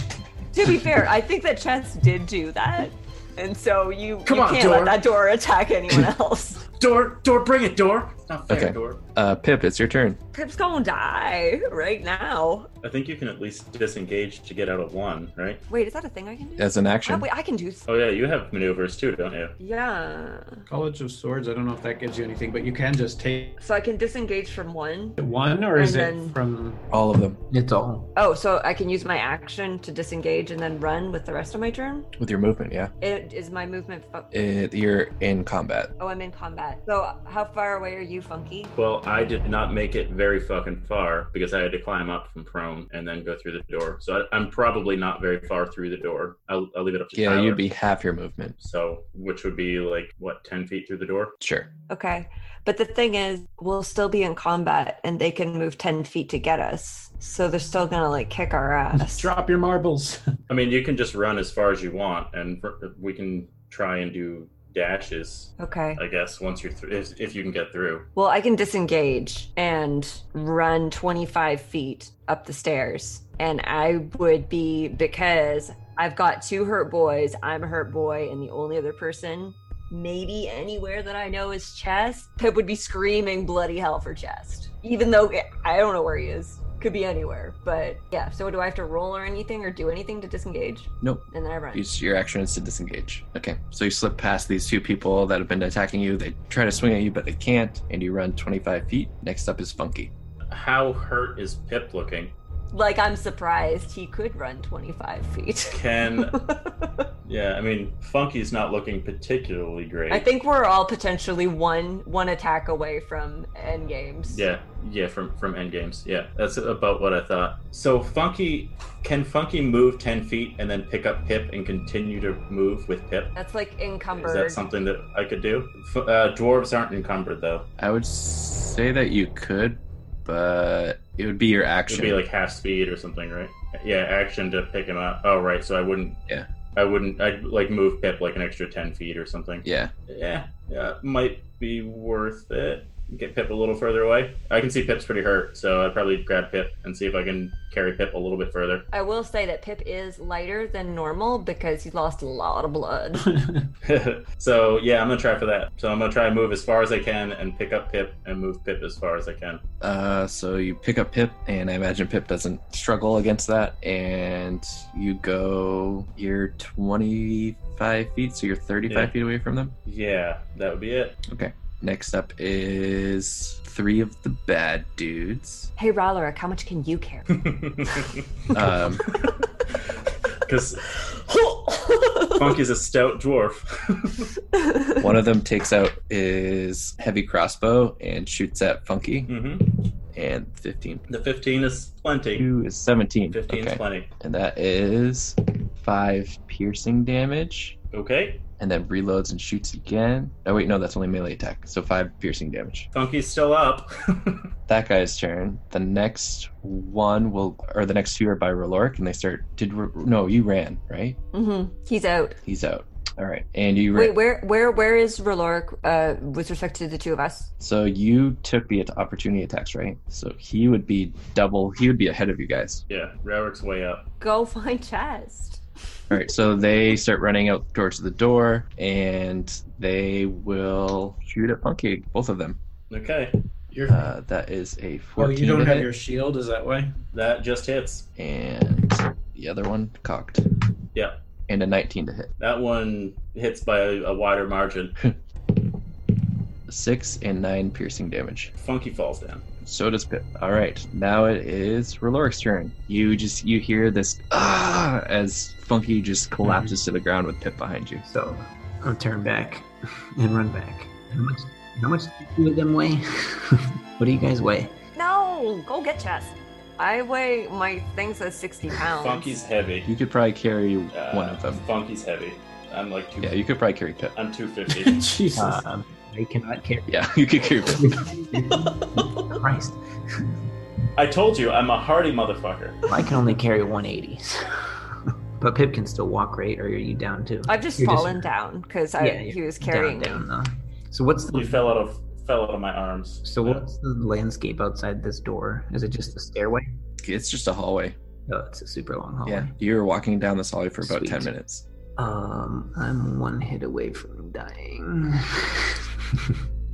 F: To be fair, I think that Chess did do that. And so you,
C: Come
F: you
C: on,
F: can't
C: door.
F: let that door attack anyone else.
C: Door, door, bring it, door. Not fair,
B: Okay.
C: door.
B: Uh, Pip, it's your turn.
F: Pip's gonna die right now.
C: I think you can at least disengage to get out of one, right?
F: Wait, is that a thing I can do?
B: As an
F: Oh,
B: action.
F: wait, I can do. s-
C: Oh yeah, you have maneuvers too, don't you?
F: Yeah.
I: College of Swords. I don't know if that gives you anything, but you can just take
F: So I can disengage from one.
I: it one, or is
F: And
I: it
F: then- [LAUGHS]
I: from?
B: All of them
H: It's all.
F: Oh, so I can use my action to disengage and then run with the rest of my turn?
B: with your movement. Yeah.
F: It is my movement. Fu-
B: It, you're in combat.
F: oh, I'm in combat. So how far away are you, Funky?
C: Well, I did not make it very fucking far because I had to climb up from prone and then go through the door. So I, I'm probably not very far through the door. I'll, I'll leave it up to
B: Yeah,
C: Tyler.
B: you'd be half your movement.
C: So, which would be like what, ten feet through the door?
B: Sure.
F: Okay. But the thing is, we'll still be in combat and they can move 10 feet to get us. So they're still gonna like kick our ass.
I: Drop your marbles.
C: I mean, you can just run as far as you want, and fr- we can try and do dashes.
F: Okay.
C: I guess once you're through, if, if you can get through.
F: Well, I can disengage and run 25 feet up the stairs. And I would be, because I've got two hurt boys, I'm a hurt boy, and the only other person, maybe anywhere that I know is Chest, Pip would be screaming bloody hell for Chest. Even though eh, I don't know where he is. Could be anywhere. But yeah, so do I have to roll or anything or do anything to disengage?
B: Nope.
F: And then I run.
B: Use your action is to disengage. Okay. So you slip past these two people that have been attacking you. They try to swing at you, but they can't, and you run 25 feet. Next up is Funky.
C: How hurt is Pip looking?
F: Like, I'm surprised he could run 25 feet.
C: Can [LAUGHS]
F: [LAUGHS]
C: yeah, I mean, Funky's not looking particularly great.
F: I think we're all potentially one one attack away from end games.
C: Yeah, yeah, from from end games. Yeah, that's about what I thought. So Funky, can Funky move ten feet and then pick up Pip and continue to move with Pip?
F: That's like
C: Is
F: encumbered.
C: that something that I could do? F- uh, dwarves aren't encumbered though.
B: I would say that you could, but it would be your
C: It'd
B: action.
C: be like half speed or something, right? Yeah, action to pick him up. Oh, right. So I wouldn't.
B: Yeah.
C: I wouldn't. I'd like move Pip like an extra ten feet or something.
B: yeah.
C: Yeah, yeah, might be worth it. Get Pip a little further away. I can see Pip's pretty hurt, so I'd probably grab Pip and see if I can carry Pip a little bit further.
F: I will say that Pip is lighter than normal because he lost a lot of blood. [LAUGHS]
C: [LAUGHS] so yeah, I'm gonna try for that. So I'm gonna try and move as far as I can and pick up Pip and move Pip as far as I can.
B: Uh, so you pick up Pip, and I imagine Pip doesn't struggle against that. And you go, you're 25 feet, so you're 35
C: Yeah.
B: feet away from them.
C: Yeah, that would be it. [LAUGHS]
B: Next up is three of the bad
C: [LAUGHS]
B: dudes.
F: hey Ralaric, how much can you carry? [LAUGHS]
B: Um, [LAUGHS]
C: Because Funky's a stout dwarf. [LAUGHS]
F: Mm-hmm.
B: one of them takes out his heavy crossbow and shoots at Funky,
C: hmm
B: and 15.
C: The 15 is plenty.
B: Two is 17.
C: 15 is
B: okay.
C: plenty.
B: And that is five piercing damage,
C: Okay.
B: and then reloads and shoots again. Oh, wait, no, that's only melee attack. So five piercing damage.
C: Funky's still up. [LAUGHS]
B: That guy's turn. The next one will, or the next two are by Roloric, and they start. Did Ro- no, you ran right?
F: hmm He's out.
B: He's out. All right, and you ran.
F: Wait, where where where is Ralaric uh, with respect to the two of us?
B: So you took the at- opportunity attacks, right? So he would be double. He would be ahead of you guys.
C: yeah, Rarik's way up.
F: Go [LAUGHS] find Chest.
B: All right, so they start running out towards the door, and they will shoot at Funky. Both of them.
C: Okay.
I: You're,
B: Uh, that is a
I: well,
B: fourteen.
I: Oh, you don't
B: to
I: have
B: hit,
I: your shield. Is that [LAUGHS] why?
C: That just hits.
B: and the other one cocked.
C: Yeah.
B: And a nineteen to hit.
C: That one hits by a, a wider margin.
B: Six and nine piercing damage.
C: Funky falls down.
B: So does Pip. All right, now it is Roloric's turn. You just you hear this ah as Funky just collapses to the ground with Pip behind you.
H: So I'll turn back [LAUGHS] and run back. How much? How much do two of them weigh? [LAUGHS] what do you guys weigh?
F: No, go get Chest. I weigh my thing says sixty pounds.
C: Funky's heavy.
B: You could probably carry
C: Uh,
B: one of them.
C: Funky's heavy. I'm like two.
B: Yeah, you could probably carry Pip.
C: I'm
B: [LAUGHS]
C: two fifty.
J: Jesus.
H: Um, I cannot carry. [LAUGHS]
B: Yeah, [LAUGHS] you could carry Pip.
H: Christ,
C: I told you, I'm a hardy motherfucker.
H: I can only carry 180. [LAUGHS] but Pip can still walk, right? Or are you down too?
F: I've just
H: You're just-
F: fallen down because
H: Yeah,
F: he was
H: down,
F: carrying me.
H: down, though. So what's
C: You
H: the
C: fell out of fell out of my arms.
H: so what's the landscape outside this door? Is it just a stairway?
B: It's just a hallway.
H: Oh, it's a super long hallway.
B: Yeah, you're walking down this hallway for about
H: Sweet.
B: ten minutes.
H: Um, I'm one hit away from dying.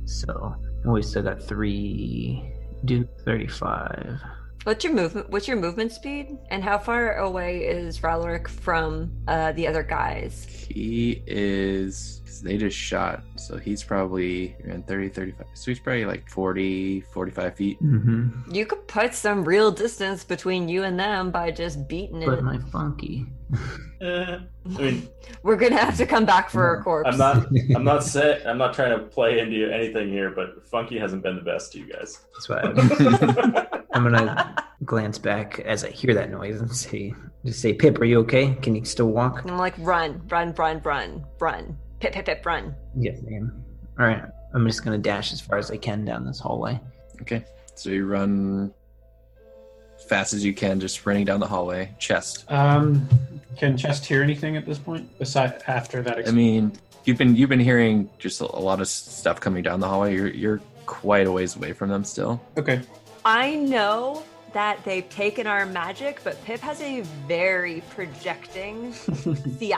H: so we still got three. Do thirty-five.
F: What's your movement? What's your movement speed? And how far away is Raloric from uh, the other guys?
B: He is. 'cause They just shot, so he's probably around 30, 35. So he's probably like 40, 45 feet.
H: Mm-hmm.
F: You could put some real distance between you and them by just beating it.
H: But my funky.
C: Eh, I mean,
F: We're gonna have to come back for a corpse.
C: I'm not. I'm not set. I'm not trying to play into anything here, but Funky hasn't been the best to you guys. [LAUGHS]
H: That's why I'm, I'm gonna glance back as I hear that noise and say, just say, Pip, are you okay? Can you still walk?
F: And I'm like, run, run, run, run, run, pip, pip, pip, run.
H: Yes, I am. All right. I'm just gonna dash as far as I can down this hallway.
B: Okay, so you run fast as you can, just running down the hallway. Chest.
J: Um,
G: Can Chest hear anything at this point? Besides, after that,
B: I mean, you've been you've been hearing just a, a lot of stuff coming down the hallway. You're you're quite a ways away from them still.
G: okay.
F: I know that they've taken our magic, but Pip has a very projecting,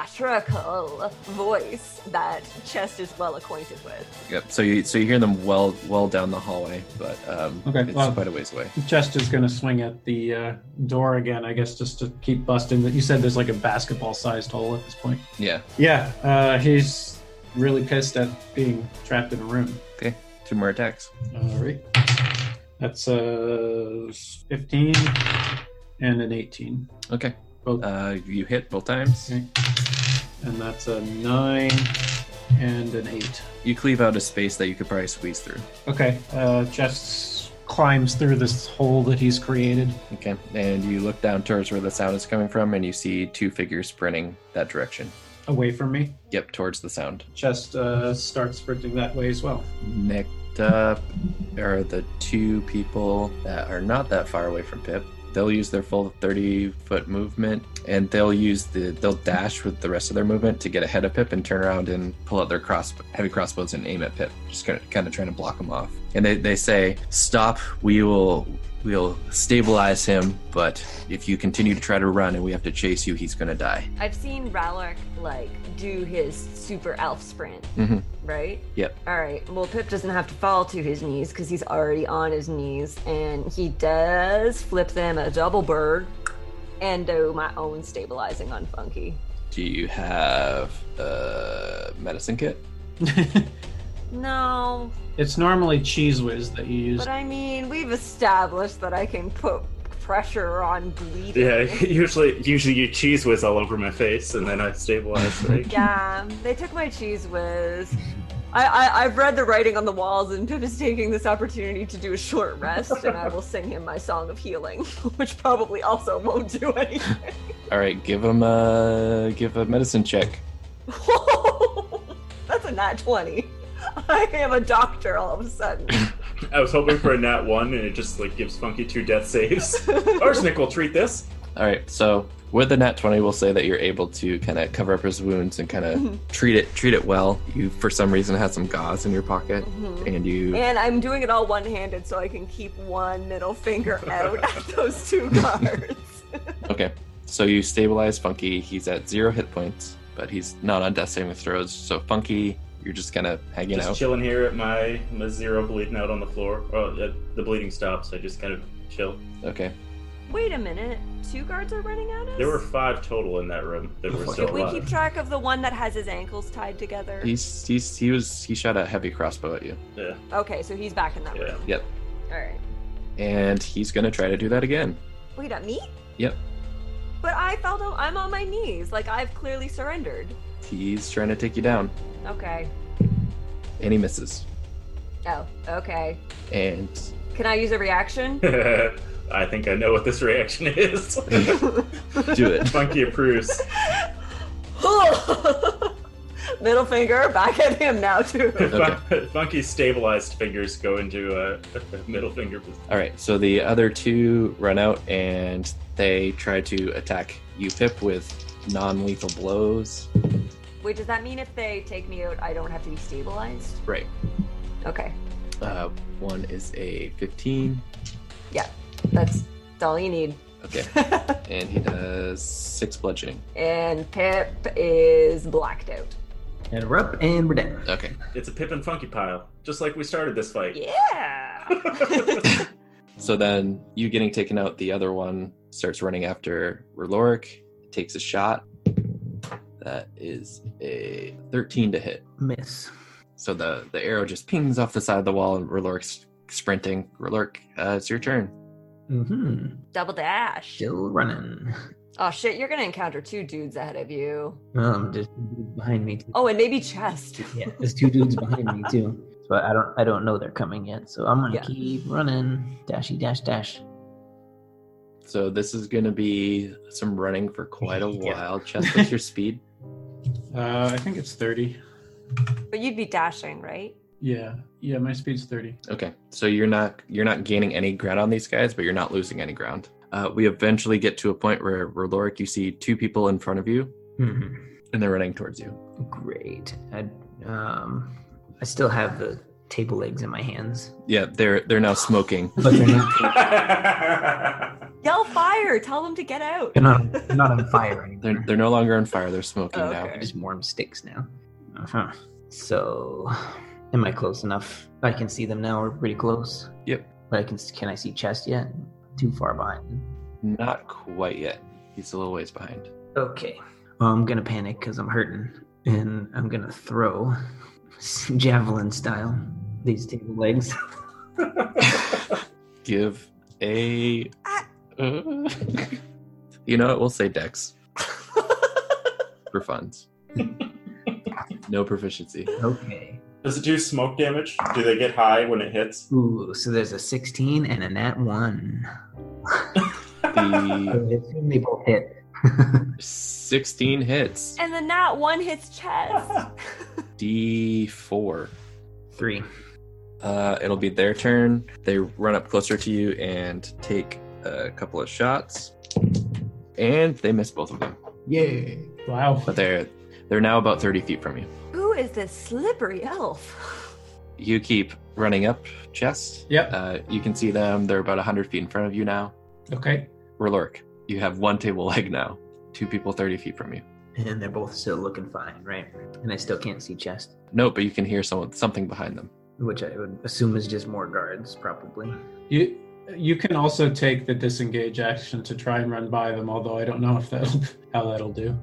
F: theatrical voice that Chest is well acquainted with.
B: Yep. So you so you hear them well well down the hallway, but um,
G: Okay,
B: it's
G: well-
B: quite a ways away.
G: Chest is gonna swing at the uh, door again, I guess, just to keep busting. That you said there's like a basketball-sized hole at this point.
B: Yeah.
G: Yeah, uh, he's really pissed at being trapped in a room.
B: Two more attacks.
G: All right, that's uh, 15 and an 18,
B: Okay.
G: Both.
B: Uh, you hit both times.
G: Okay. and that's a nine and an eight.
B: You cleave out a space that you could probably squeeze through.
G: Okay, uh, Chest climbs through this hole that he's created.
B: Okay. And you look down towards where the sound is coming from, and you see two figures sprinting that direction.
G: away from me.
B: Yep, towards the sound.
G: Chest uh, starts sprinting that way as well.
B: Next up are the two people that are not that far away from Pip. They'll use their full 30 foot movement and they'll use the they'll dash with the rest of their movement to get ahead of Pip and turn around and pull out their cross heavy crossbows and aim at Pip. Just kind of, kind of trying to block him off. And they, they say, "Stop. We will we'll stabilize him, but if you continue to try to run and we have to chase you, he's going to die."
F: I've seen Raloric like do his super elf sprint,
B: Mhm.
F: right?
B: Yep.
F: All right. Well, Pip doesn't have to fall to his knees because he's already on his knees, and he does flip them a double bird, and do my own stabilizing on Funky.
B: Do you have a medicine kit?
F: No,
G: It's normally Cheese Whiz that you use.
F: but I mean we've established that I can put pressure on bleeding.
C: Yeah, usually usually you cheese whiz all over my face, and then I stabilize. Like,
F: Yeah, they took my cheese whiz. I, I, I've read the writing on the walls, and [LAUGHS] Pip is taking this opportunity to do a short rest, and I will sing him my song of healing, [LAUGHS] which probably also won't do anything.
B: All right, give him a give a medicine check.
F: [LAUGHS] That's a nat 20. I am a doctor all of a sudden.
C: I was hoping for a nat one, and it just like gives Funky two death saves. Arsenic will treat this.
B: All right, so with the nat twenty, we'll say that you're able to kind of cover up his wounds and kind of treat it treat it well. You for some reason had some gauze in your pocket,
F: Mhm.
B: and you
F: And I'm doing it all one handed so I can keep one middle finger out at those two cards.
B: okay. So you stabilize Funky. He's at zero hit points, but he's not on death saving throws. So Funky, you're just kind of hanging
C: just
B: out.
C: chilling here at my, my zero bleeding out on the floor. Oh, uh, the bleeding stops. I just kind of chill.
B: Okay,
F: [LAUGHS] Wait a minute. Two guards are running at us?
C: There were five total in that room that were still
F: Did we keep
C: alive.
F: track of the one that has his ankles tied together?
B: he's he's he was he shot a heavy crossbow at you,
C: Yeah.
F: Okay, so he's back in that
C: Yeah.
F: room.
B: Yep.
F: All right.
B: and he's gonna try to do that again.
F: Wait, at me?
B: Yep.
F: But I fell down. I'm on my knees. Like, I've clearly surrendered.
B: He's trying to take you down,
F: Okay.
B: and he misses.
F: Oh, okay.
B: And
F: Can I use
B: [LAUGHS]
F: a reaction? [LAUGHS]
C: [LAUGHS] I think I know what this reaction [LAUGHS] is.
B: do it.
C: [LAUGHS] Funky approves.
F: I Middle finger back at him now too.
C: [LAUGHS] Fun- Funky's stabilized fingers go into a middle finger. position.
B: All right, so the other two run out and they try to attack you, Pip, with non-lethal blows.
F: Wait, does that mean if they take me out, I don't have to be stabilized?
B: Right.
F: Okay,
B: Uh, one is a 15.
F: that's that's all you need.
B: Okay, and he does six bludgeoning.
F: and Pip is blacked out.
H: And we're up and we're down.
B: Okay,
C: It's a Pip and Funky pile, just like we started this
B: [LAUGHS]
C: fight.
F: Yeah. [LAUGHS]
C: [LAUGHS]
B: so then you getting taken out, the other one starts running after Ruloric, takes a shot. That is a 13 to hit.
H: Miss.
B: So the, the arrow just pings off the side of the wall and Ruloric's sprinting. Ruloric, uh, it's your turn.
H: Mm-hmm.
F: Double dash.
H: Still running.
F: Oh shit, you're gonna encounter two dudes ahead of you.
H: Um, there's two dudes behind me. Too.
F: Oh, and maybe chest.
H: Yeah, there's two dudes behind me too. But I don't, I don't know they're coming yet. So I'm gonna
F: Yeah.
H: keep running. Dashy, dash, dash.
B: So this is going to be some running for quite a
H: Yeah.
B: while. Chest, what's your speed?
G: Uh, I think it's 30.
F: But you'd be dashing, right?
G: Yeah. Yeah, my speed's 30.
B: Okay, so you're not you're not gaining any ground on these guys, but you're not losing any ground. Uh, we eventually get to a point where, where Lorik, you see two people in front of you,
H: Mm-hmm.
B: and they're running towards you.
H: Great. I, um, I still have the table legs in my hands,
B: Yeah, they're they're now smoking.
H: but they're not,
F: Yell fire! Tell them to get out.
H: they're not, they're not on [LAUGHS] fire anymore.
B: They're they're no longer on fire. They're smoking
F: Oh,
B: now.
H: They're just warm sticks now. Uh huh. So, am I close enough? I can see them now. We're pretty close.
B: Yep.
H: But I can can I see chest yet? Too far behind.
B: Not quite yet. He's a little ways behind.
H: Okay. Well, I'm gonna panic because I'm hurting, and I'm gonna throw javelin style these table legs.
B: Give a. Uh, [LAUGHS] you know what? We'll say Dex for funds. no proficiency.
H: okay.
C: Does it do smoke damage? Do they get high when it hits?
H: Ooh. So there's a 16 and a nat one. Oh,
B: The
H: So I assume they both hit. [LAUGHS]
B: 16 hits.
F: And the nat one hits chest.
B: D4.
H: Three.
B: Uh, it'll be their turn. They run up closer to you and take a couple of shots, and they miss both of them.
H: Yay.
G: Wow.
B: But they're they're now about thirty feet from you.
F: Who is this slippery elf? [LAUGHS]
B: You keep running up, chest.
G: Yep.
B: Uh, you can see them. They're about hundred feet in front of you now.
G: Okay.
B: Relork, you have one table [LAUGHS] leg now. Two people thirty feet from you.
H: And they're both still looking fine, right? And I still can't see chest.
B: No, but you can hear someone something behind them.
H: which I would assume is just more guards, probably.
G: You you can also take the disengage action to try and run by them, although I don't know if that'll [LAUGHS] how that'll do.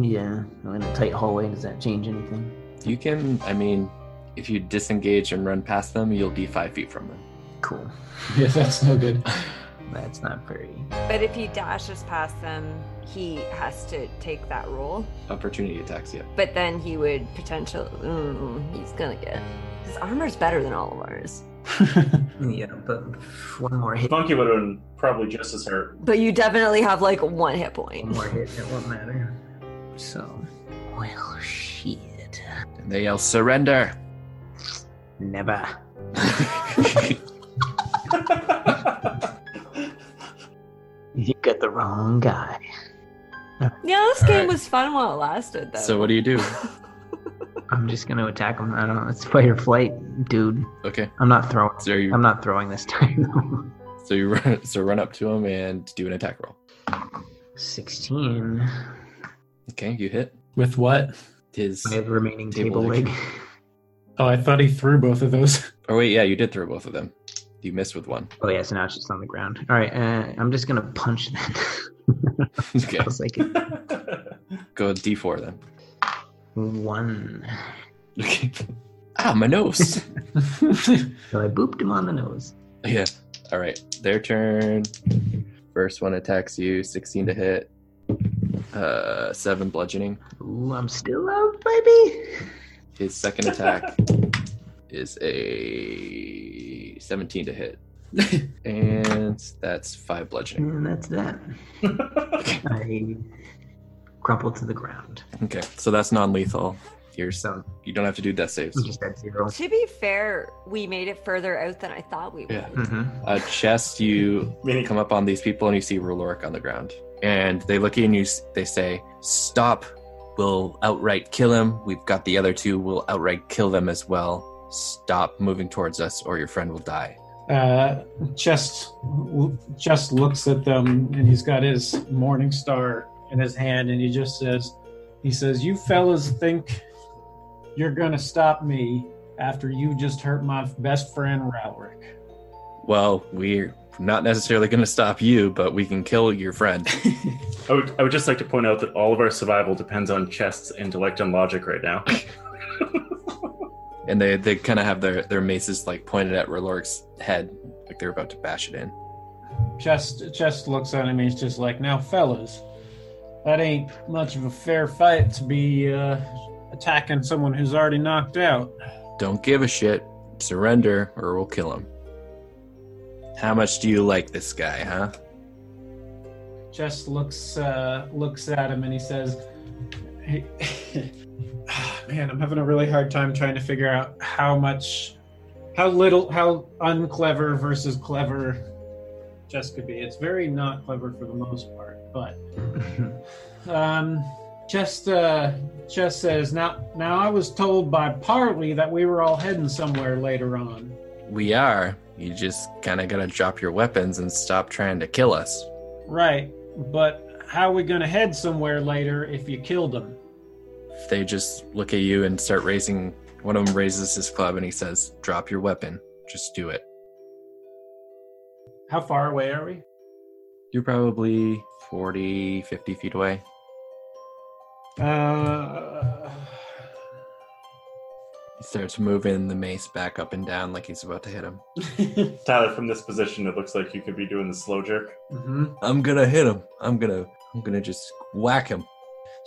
H: Yeah, I'm in a tight hallway. Does that change anything?
B: You can. I mean, if you disengage and run past them, you'll be five feet from them.
H: Cool.
G: Yeah, that's no good.
H: That's not very.
F: But if he dashes past them, he has to take that roll.
B: Opportunity attacks you.
F: But then he would potentially. Mm, he's gonna get. His armor's better than all of ours.
H: Yeah, but one more hit,
C: Funky would have been probably just as hurt.
F: But you definitely have like one hit
H: one
F: point.
H: more hit, it won't matter. So, well, shit.
B: And they yell, "Surrender!" [LAUGHS]
H: Never. You got the wrong guy.
F: Yeah, this
B: All
F: game
B: right.
F: was fun while it lasted, though.
B: so what do you do?
H: I'm just gonna attack him. I don't know. It's fight or flight, dude.
B: Okay,
H: I'm not throwing.
B: so you
H: I'm not throwing this [LAUGHS] time.
B: so you run, so run up to him and do an attack roll.
H: Sixteen.
B: Okay, you hit
G: With what?
B: his.
H: I have remaining
B: Table
H: table,
B: leg.
H: leg.
G: Oh, I thought he threw both of those. [LAUGHS]
B: Oh wait, yeah, you did throw both of them. You missed with one. [LAUGHS]
H: Oh yeah, so now it's just on the ground. All right, uh, I'm just gonna punch [LAUGHS] that.
B: okay,
H: I was like it's
B: go D four then.
H: [LAUGHS] one.
B: Okay. ah, my nose.
H: So I booped him on the nose.
B: yeah. All right, their turn. First one attacks you. Sixteen to hit. Uh, seven bludgeoning.
H: Ooh, I'm still out, baby.
B: His second [LAUGHS] attack is a seventeen to hit, [LAUGHS] and that's five bludgeoning.
H: And that's that. I crumpled to the ground.
B: Okay, so that's non-lethal. You're
H: So
B: you don't have to do death
H: I'm
B: saves.
H: just at zero.
F: [LAUGHS] To be fair, we made it further out than I thought we would.
B: Yeah.
H: Mhm.
B: Uh, chest, you
C: Meaning-
B: come up on these people and you see Ruloric on the ground, and they look at you and you. s- They say, "Stop! We'll outright kill him. We've got the other two. We'll outright kill them as well. Stop moving towards us, or your friend will die."
G: Uh, just just looks at them, and he's got his morning star in his hand, and he just says, "He says, you fellas think you're gonna stop me after you just hurt my best friend Ralric."
B: Well, we're not necessarily going to stop you, but we can kill your friend.
C: I would, I would just like to point out that all of our survival depends on Chest's intellect and logic right now.
B: and they, they kind of have their, their maces like pointed at Ruloric's head, like they're about to bash it in.
G: Chest Chest looks at him. He's just like, "Now, fellas, that ain't much of a fair fight to be uh, attacking someone who's already knocked out."
B: Don't give a shit. Surrender, or we'll kill him. How much do you like this guy, huh?
G: Just looks uh, looks at him and he says, [LAUGHS] he- "Man, I'm having a really hard time trying to figure out how much, how little, how unclever versus clever Jess could be. It's very not clever for the most part, [LAUGHS] but um, just uh, just says now. Now I was told by Parley that we were all heading somewhere later on.
B: We are. You just kind of gotta drop your weapons and stop trying to kill us.
G: Right, but how are we gonna head somewhere later if you killed them?"
B: They just look at you and start raising. One of them raises his club and he says, "Drop your weapon. Just do it."
G: How far away are we?
B: You're probably 40, 50 feet away.
G: Uh, [LAUGHS]
B: He starts moving the mace back up and down like he's about to hit him.
G: mm-hmm.
C: Tyler, from this position, it looks like you could be doing the slow jerk.
G: mhm.
B: I'm gonna hit him. I'm gonna I'm gonna just whack him.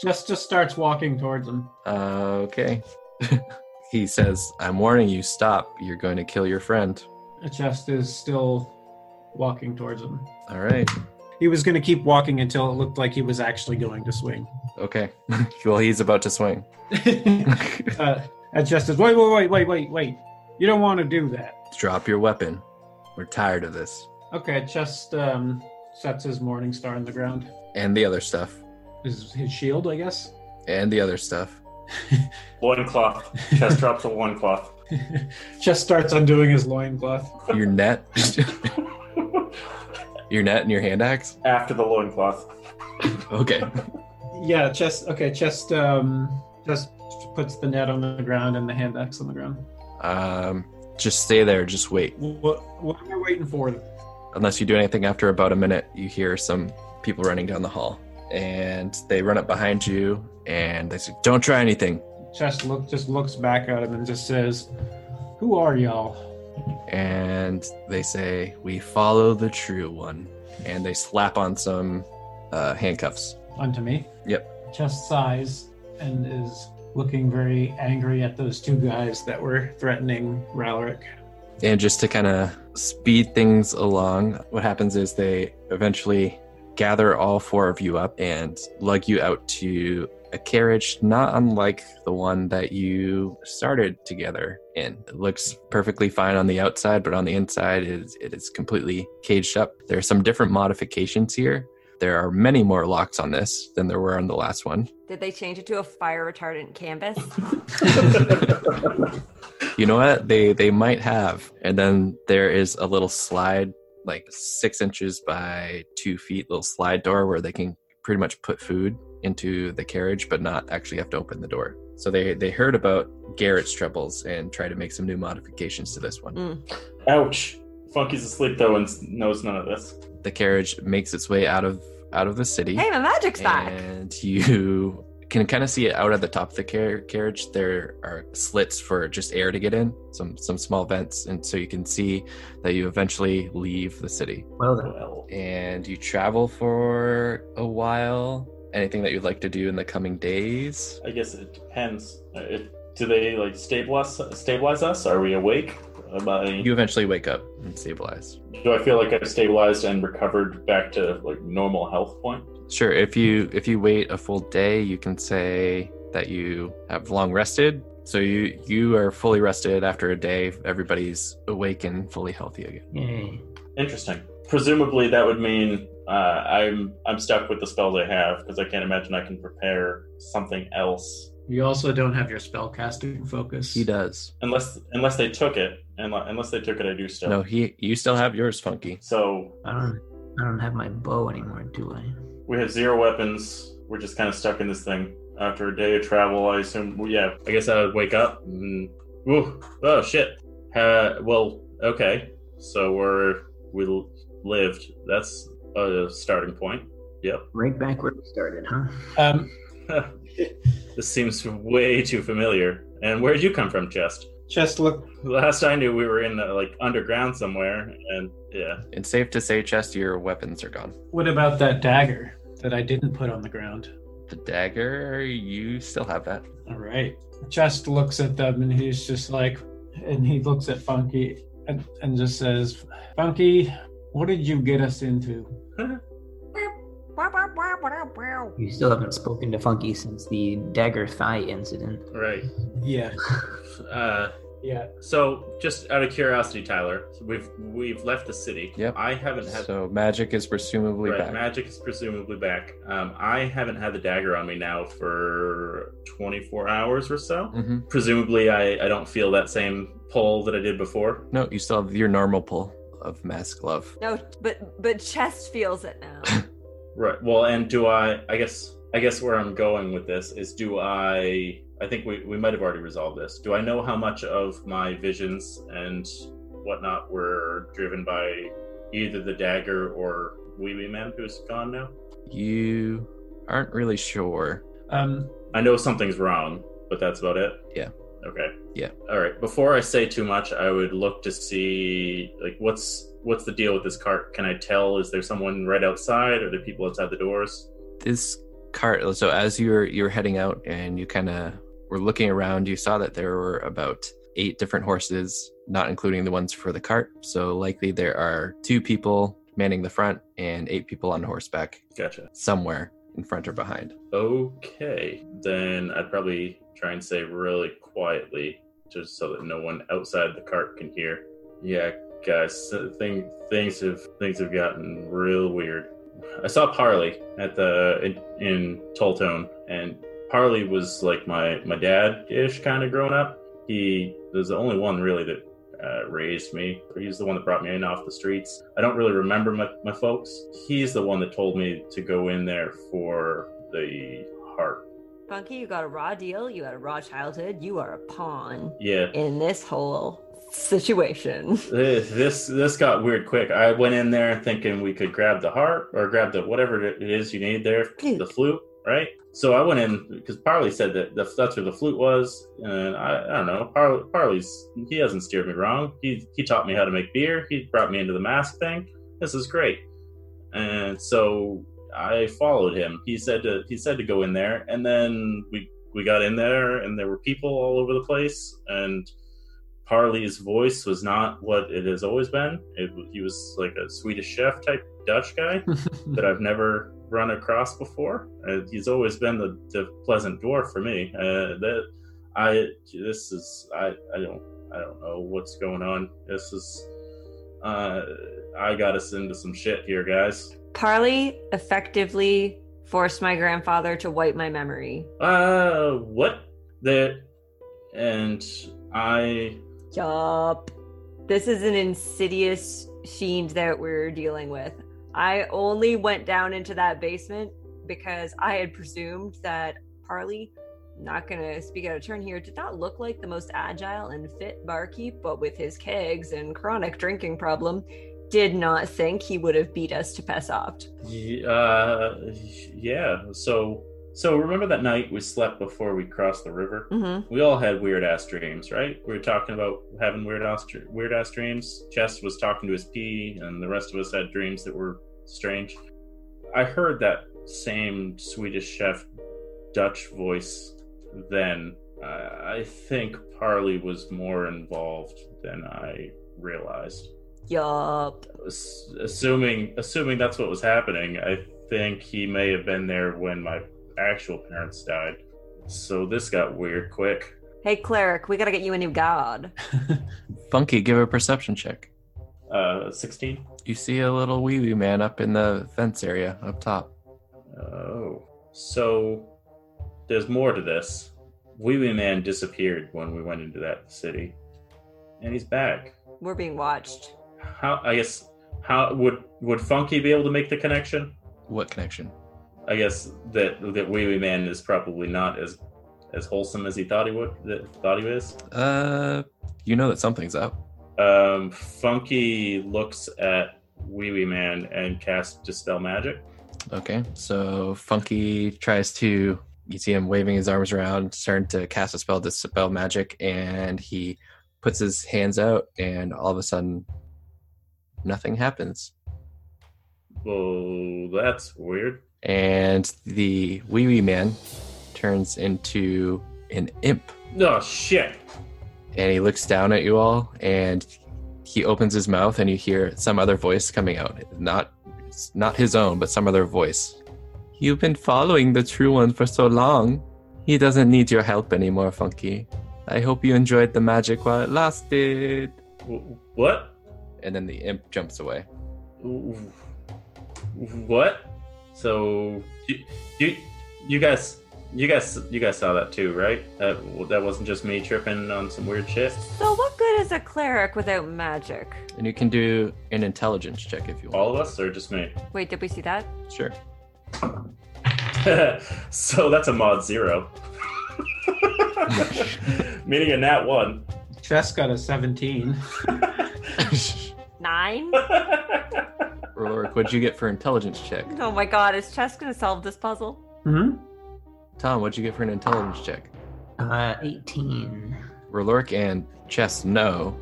G: Just just starts walking towards him.
B: Uh, okay. [LAUGHS] he says, I'm warning you, stop. You're going to kill your friend.
G: Chest is still walking towards him.
B: All right.
G: He was going to keep walking until it looked like he was actually going to [LAUGHS] swing.
B: Okay. [LAUGHS] well, he's about to swing. [LAUGHS]
G: uh, and Chest is wait, wait, wait, wait, wait, wait. You don't want to do that.
B: Drop your weapon. We're tired of this.
G: Okay, Chest um, sets his morning star in the ground.
B: And the other stuff.
G: Is his shield, I guess.
B: And the other stuff.
C: Loincloth. Chest drops a loincloth.
G: Chest starts undoing his loincloth.
B: Your net. your net and your hand axe.
C: After the loincloth.
B: Okay.
G: Yeah, Chest. Okay, Chest. Um, Chest puts the net on the ground and the hand axe on the ground.
B: Um, just stay there. Just wait.
G: What, what am I waiting for?
B: unless you do anything after about a minute you hear some people running down the hall and they run up behind you and they say don't try anything
G: Chest look just looks back at him and just says, "Who are y'all?"
B: and they say we follow the true one and they slap on some uh, handcuffs
G: Unto me.
B: Yep.
G: Chest sighs and is looking very angry at those two guys that were threatening Ralric.
B: and just to kind of speed things along what happens is they eventually gather all four of you up and lug you out to a carriage not unlike the one that you started together in it looks perfectly fine on the outside but on the inside it is, it is completely caged up there are some different modifications here there are many more locks on this than there were on the last one
F: Did they change it to a fire retardant canvas?
B: you know what they they might have and then there is a little slide like six inches by two feet little slide door where they can pretty much put food into the carriage but not actually have to open the door so they they heard about garrett's troubles and try to make some new modifications to this one
F: Mm.
C: Ouch. Funky's asleep, though, and s- knows none of this.
B: the carriage makes its way out of out of the city
F: hey, my magic's back.
B: and you [LAUGHS] can kind of see it out at the top of the car- carriage. There are slits for just air to get in, some some small vents, and so you can see that you eventually leave the city.
H: Well then.
C: Well,
B: And you travel for a while. Anything that you'd like to do in the coming days?
C: I guess it depends. Uh, It, do they, like, stabilize, stabilize us? Are we awake? Am I,
B: You eventually wake up and stabilize.
C: do I feel like I've stabilized and recovered back to, like, normal health point?
B: Sure. If you if you wait a full day, you can say that you have long rested. So you you are fully rested after a day. Everybody's awake and fully healthy again.
H: Yay.
C: Interesting. Presumably, that would mean uh, I'm I'm stuck with the spells I have because I can't imagine I can prepare something else
G: You also don't have your spellcasting focus.
K: He does.
C: unless unless they took it. Unle- Unless they took it, I do still.
B: No, he you still have yours, Funky.
C: So
H: I don't. I don't have my bow anymore, do I?
C: we have zero weapons. We're just kind of stuck in this thing. After a day of travel, I assume. Well, yeah, I guess I would wake up and. Ooh, oh shit. Uh, well, okay. So we're we l- lived. That's a starting point. Yep. [LAUGHS]
H: Right back where we started, huh?
G: Um,
C: this seems way too familiar. And where'd you come from, Chest?
G: just look.
C: Last I knew, we were in the like underground somewhere, and yeah,
B: It's safe to say, Chest, your weapons are gone.
G: What about that dagger that I didn't put on the ground?
B: The dagger, you still have that.
G: All right. Just looks at them and he's just like, and he looks at Funky and, and just says, Funky, what did you get us into?
H: You still haven't spoken to Funky since the dagger thigh incident.
C: right.
G: Yeah.
C: Uh,
G: Yeah.
C: so, just out of curiosity, Tyler, we've we've left the city.
B: Yep.
C: I haven't had
B: So magic is presumably
C: right,
B: back.
C: magic is presumably back. Um, I haven't had the dagger on me now for 24 hours or so.
B: hmm
C: Presumably, I I don't feel that same pull that I did before.
B: No, you still have your normal pull of mask glove.
F: No, but but chest feels it now.
C: Right. Well, and do I? I guess. I guess where I'm going with this is, do I? I think we we might have already resolved this. Do I know how much of my visions and whatnot were driven by either the dagger or Wee Wee Man, who's gone now?
B: You aren't really sure.
G: Um, [LAUGHS]
C: I know something's wrong, but that's about it.
B: Yeah.
C: Okay.
B: Yeah.
C: All right. Before I say too much, I would look to see like what's what's the deal with this cart? Can I tell? Is there someone right outside? Are there people outside the doors?
B: this cart so as you're you're heading out and you kind of were looking around you saw that there were about eight different horses not including the ones for the cart so likely there are two people manning the front and eight people on horseback
C: Gotcha.
B: somewhere in front or behind
C: Okay, then I'd probably try and say really quietly, just so that no one outside the cart can hear. Yeah, guys, so thing, things have things have gotten real weird. I saw Parley at the in, in Toltone, and Parley was like my my dad ish kind of growing up. He was the only one really that uh, raised me. He's the one that brought me in off the streets. I don't really remember my, my folks. He's the one that told me to go in there for the heart.
F: Funky, you got a raw deal. You had a raw childhood. You are a pawn
C: Yeah.
F: in this whole situation. [LAUGHS]
C: This this- this got weird quick. I went in there thinking we could grab the heart or grab the whatever it is you need there, the
F: Flute.
C: flute, right? So I went in because Parley said that the, that's where the flute was, and I, I don't know. Parley, Parley's he hasn't steered me wrong. He he taught me how to make beer. He brought me into the mask thing. This is great, and so I followed him. He said to he said to go in there, and then we we got in there, and there were people all over the place, and Parley's voice was not what it has always been. It, he was like a Swedish chef type Dutch guy that I've never run across before. Uh, he's always been the, the pleasant dwarf for me. Uh, that I this is I, I don't I don't know what's going on. This is uh, I got us into some shit here, guys.
F: Parley effectively forced my grandfather to wipe my memory.
C: Uh, what the and I
F: Yup. This is an insidious fiend that we're dealing with. I only went down into that basement because I had presumed that Parley, not gonna speak out of turn here, did not look like the most agile and fit barkeep, but with his kegs and chronic drinking problem, did not think he would have beat us to Pesoft.
C: Ye- Uh, yeah. So, so remember that night we slept before we crossed the river.
F: Mm-hmm.
C: We all had weird ass dreams, right? We were talking about having weird ass dr- weird ass dreams. Chest was talking to his pee, and the rest of us had dreams that were strange. I heard that same Swedish chef Dutch voice then. Uh, I think Parley was more involved than I realized
F: Yup.
C: ass- assuming assuming that's what was happening, I think he may have been there when my actual parents died. So this got weird quick.
F: Hey, cleric, we gotta get you a new god.
L: Funky, give a perception check.
C: Uh, 16.
L: You see a little wee wee man up in the fence area up top.
C: Oh. So there's more to this. Wee Wee Man disappeared when we went into that city, and he's back.
F: We're being watched.
C: How I guess how would would Funky be able to make the connection?
L: What connection?
C: I guess that that Wee Wee Man is probably not as as wholesome as he thought he would that thought he was.
L: Uh, you know that something's up.
C: Um, Funky looks at Wee Wee Man and casts Dispel Magic.
L: Okay, so Funky tries to. You see him waving his arms around, starting to cast a spell, dispel magic, and he puts his hands out, and all of a sudden, nothing happens.
C: Well, Oh, that's weird.
L: And the wee wee man turns into an imp,
C: Oh shit!
L: and he looks down at you all, and he opens his mouth, and you hear some other voice coming out. Not, it's not his own, but some other voice. You've been following the true one for so long. He doesn't need your help anymore, Funky. I hope you enjoyed the magic while it lasted.
C: W- what?
L: And then the imp jumps away.
C: W- What? So you, you you guys you guys you guys saw that too, right? That that wasn't just me tripping on some weird shit.
F: So, what good is a cleric without magic?
L: And you can do an intelligence check if you want.
C: All of us or just me? [LAUGHS]
F: Wait, did we see that?
L: Sure.
C: so that's a mod zero. [LAUGHS] Meaning a nat one. [LAUGHS]
G: Chess got a 17.
F: Nine?
L: Rorik, what'd you get for intelligence check?
F: oh my god, is Chess gonna solve this puzzle?
G: Hmm?
L: Tom, what'd you get for an intelligence check?
H: Uh, 18.
L: Rolork and Chess know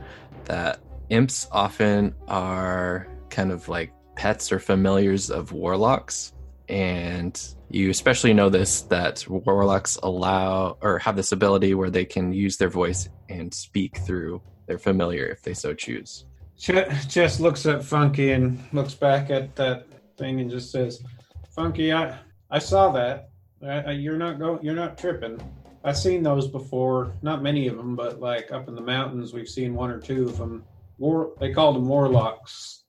L: that imps often are kind of like pets or familiars of warlocks. And you especially know this that warlocks allow or have this ability where they can use their voice and speak through their familiar if they so choose.
G: Ch- Chess looks at Funky and looks back at that thing and just says, "Funky, I I saw that. I, I, you're not go. You're not tripping. I've seen those before. Not many of them, but like up in the mountains, we've seen one or two of them. War. They called them warlocks,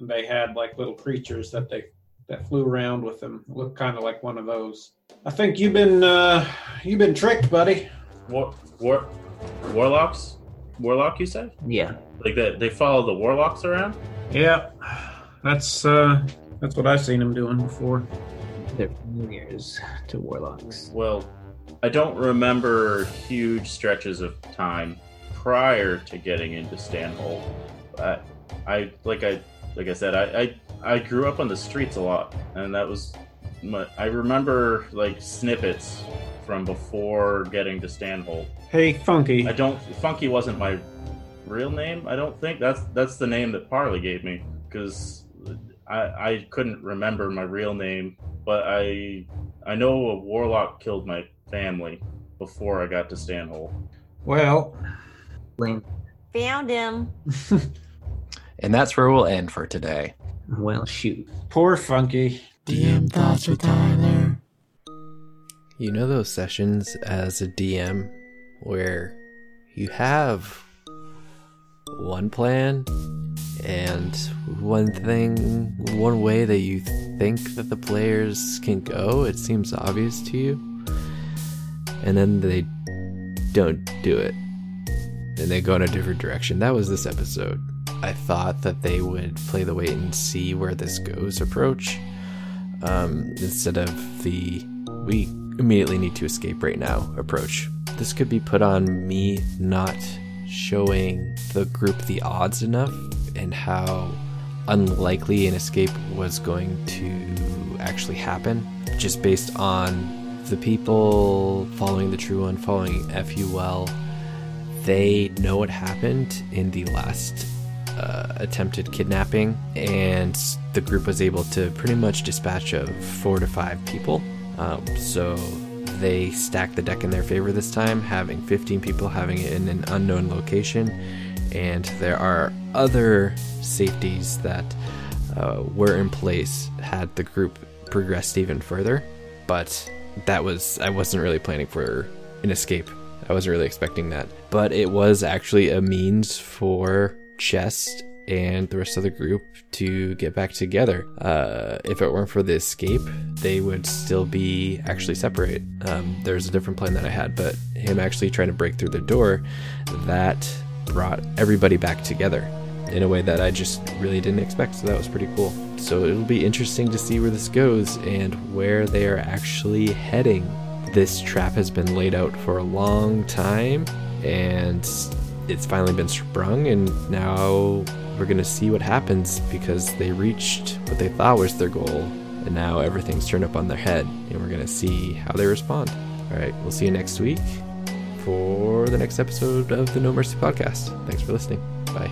G: and they had like little creatures that they that flew around with them. Looked kind of like one of those. I think you've been uh, you've been tricked, buddy.
C: War, war warlocks? Warlock you said?
H: Yeah.
C: Like that they follow the warlocks around?
G: Yeah, that's uh, that's what I've seen them doing before.
H: They're familiars to warlocks.
C: Well, I don't remember huge stretches of time prior to getting into Stanhole. I, I like I like I said, I, I I grew up on the streets a lot, and that was my, I remember like snippets from before getting to Stanhole.
G: Hey, Funky.
C: I don't Funky wasn't my real name. I don't think that's that's the name that Parley gave me because I I couldn't remember my real name, but I I know a warlock killed my family before I got to Stanhole.
G: Well,
H: Lame.
F: Found him.
L: And that's where we'll end for today.
H: Well, shoot.
G: poor Funky.
B: DM thoughts with Tyler. You know those sessions as a DM where you have one plan and one thing, one way that you think that the players can go, it seems obvious to you, and then they don't do it and they go in a different direction. That was this episode. I thought that they would play the wait and see where this goes approach um, instead of the we immediately need to escape right now approach. This could be put on me not showing the group the odds enough and how unlikely an escape was going to actually happen, just based on the people following the true one, following FUL. They know what happened in the last uh, attempted kidnapping, and the group was able to pretty much dispatch of four to five people. Um, so they stacked the deck in their favor this time, having 15 people having it in an unknown location. And there are other safeties that uh, were in place had the group progressed even further. But that was I wasn't really planning for an escape. I wasn't really expecting that, but it was actually a means for Chest and the rest of the group to get back together. Uh, if it weren't for the escape, they would still be actually separate. Um, there's a different plan that I had, but him actually trying to break through the door, that brought everybody back together in a way that I just really didn't expect. So that was pretty cool. So it'll be interesting to see where this goes and where they are actually heading. This trap has been laid out for a long time and it's finally been sprung and now we're going to see what happens because they reached what they thought was their goal and now everything's turned up on their head and we're going to see how they respond. All right, we'll see you next week for the next episode of the No Mercy podcast. Thanks for listening. Bye.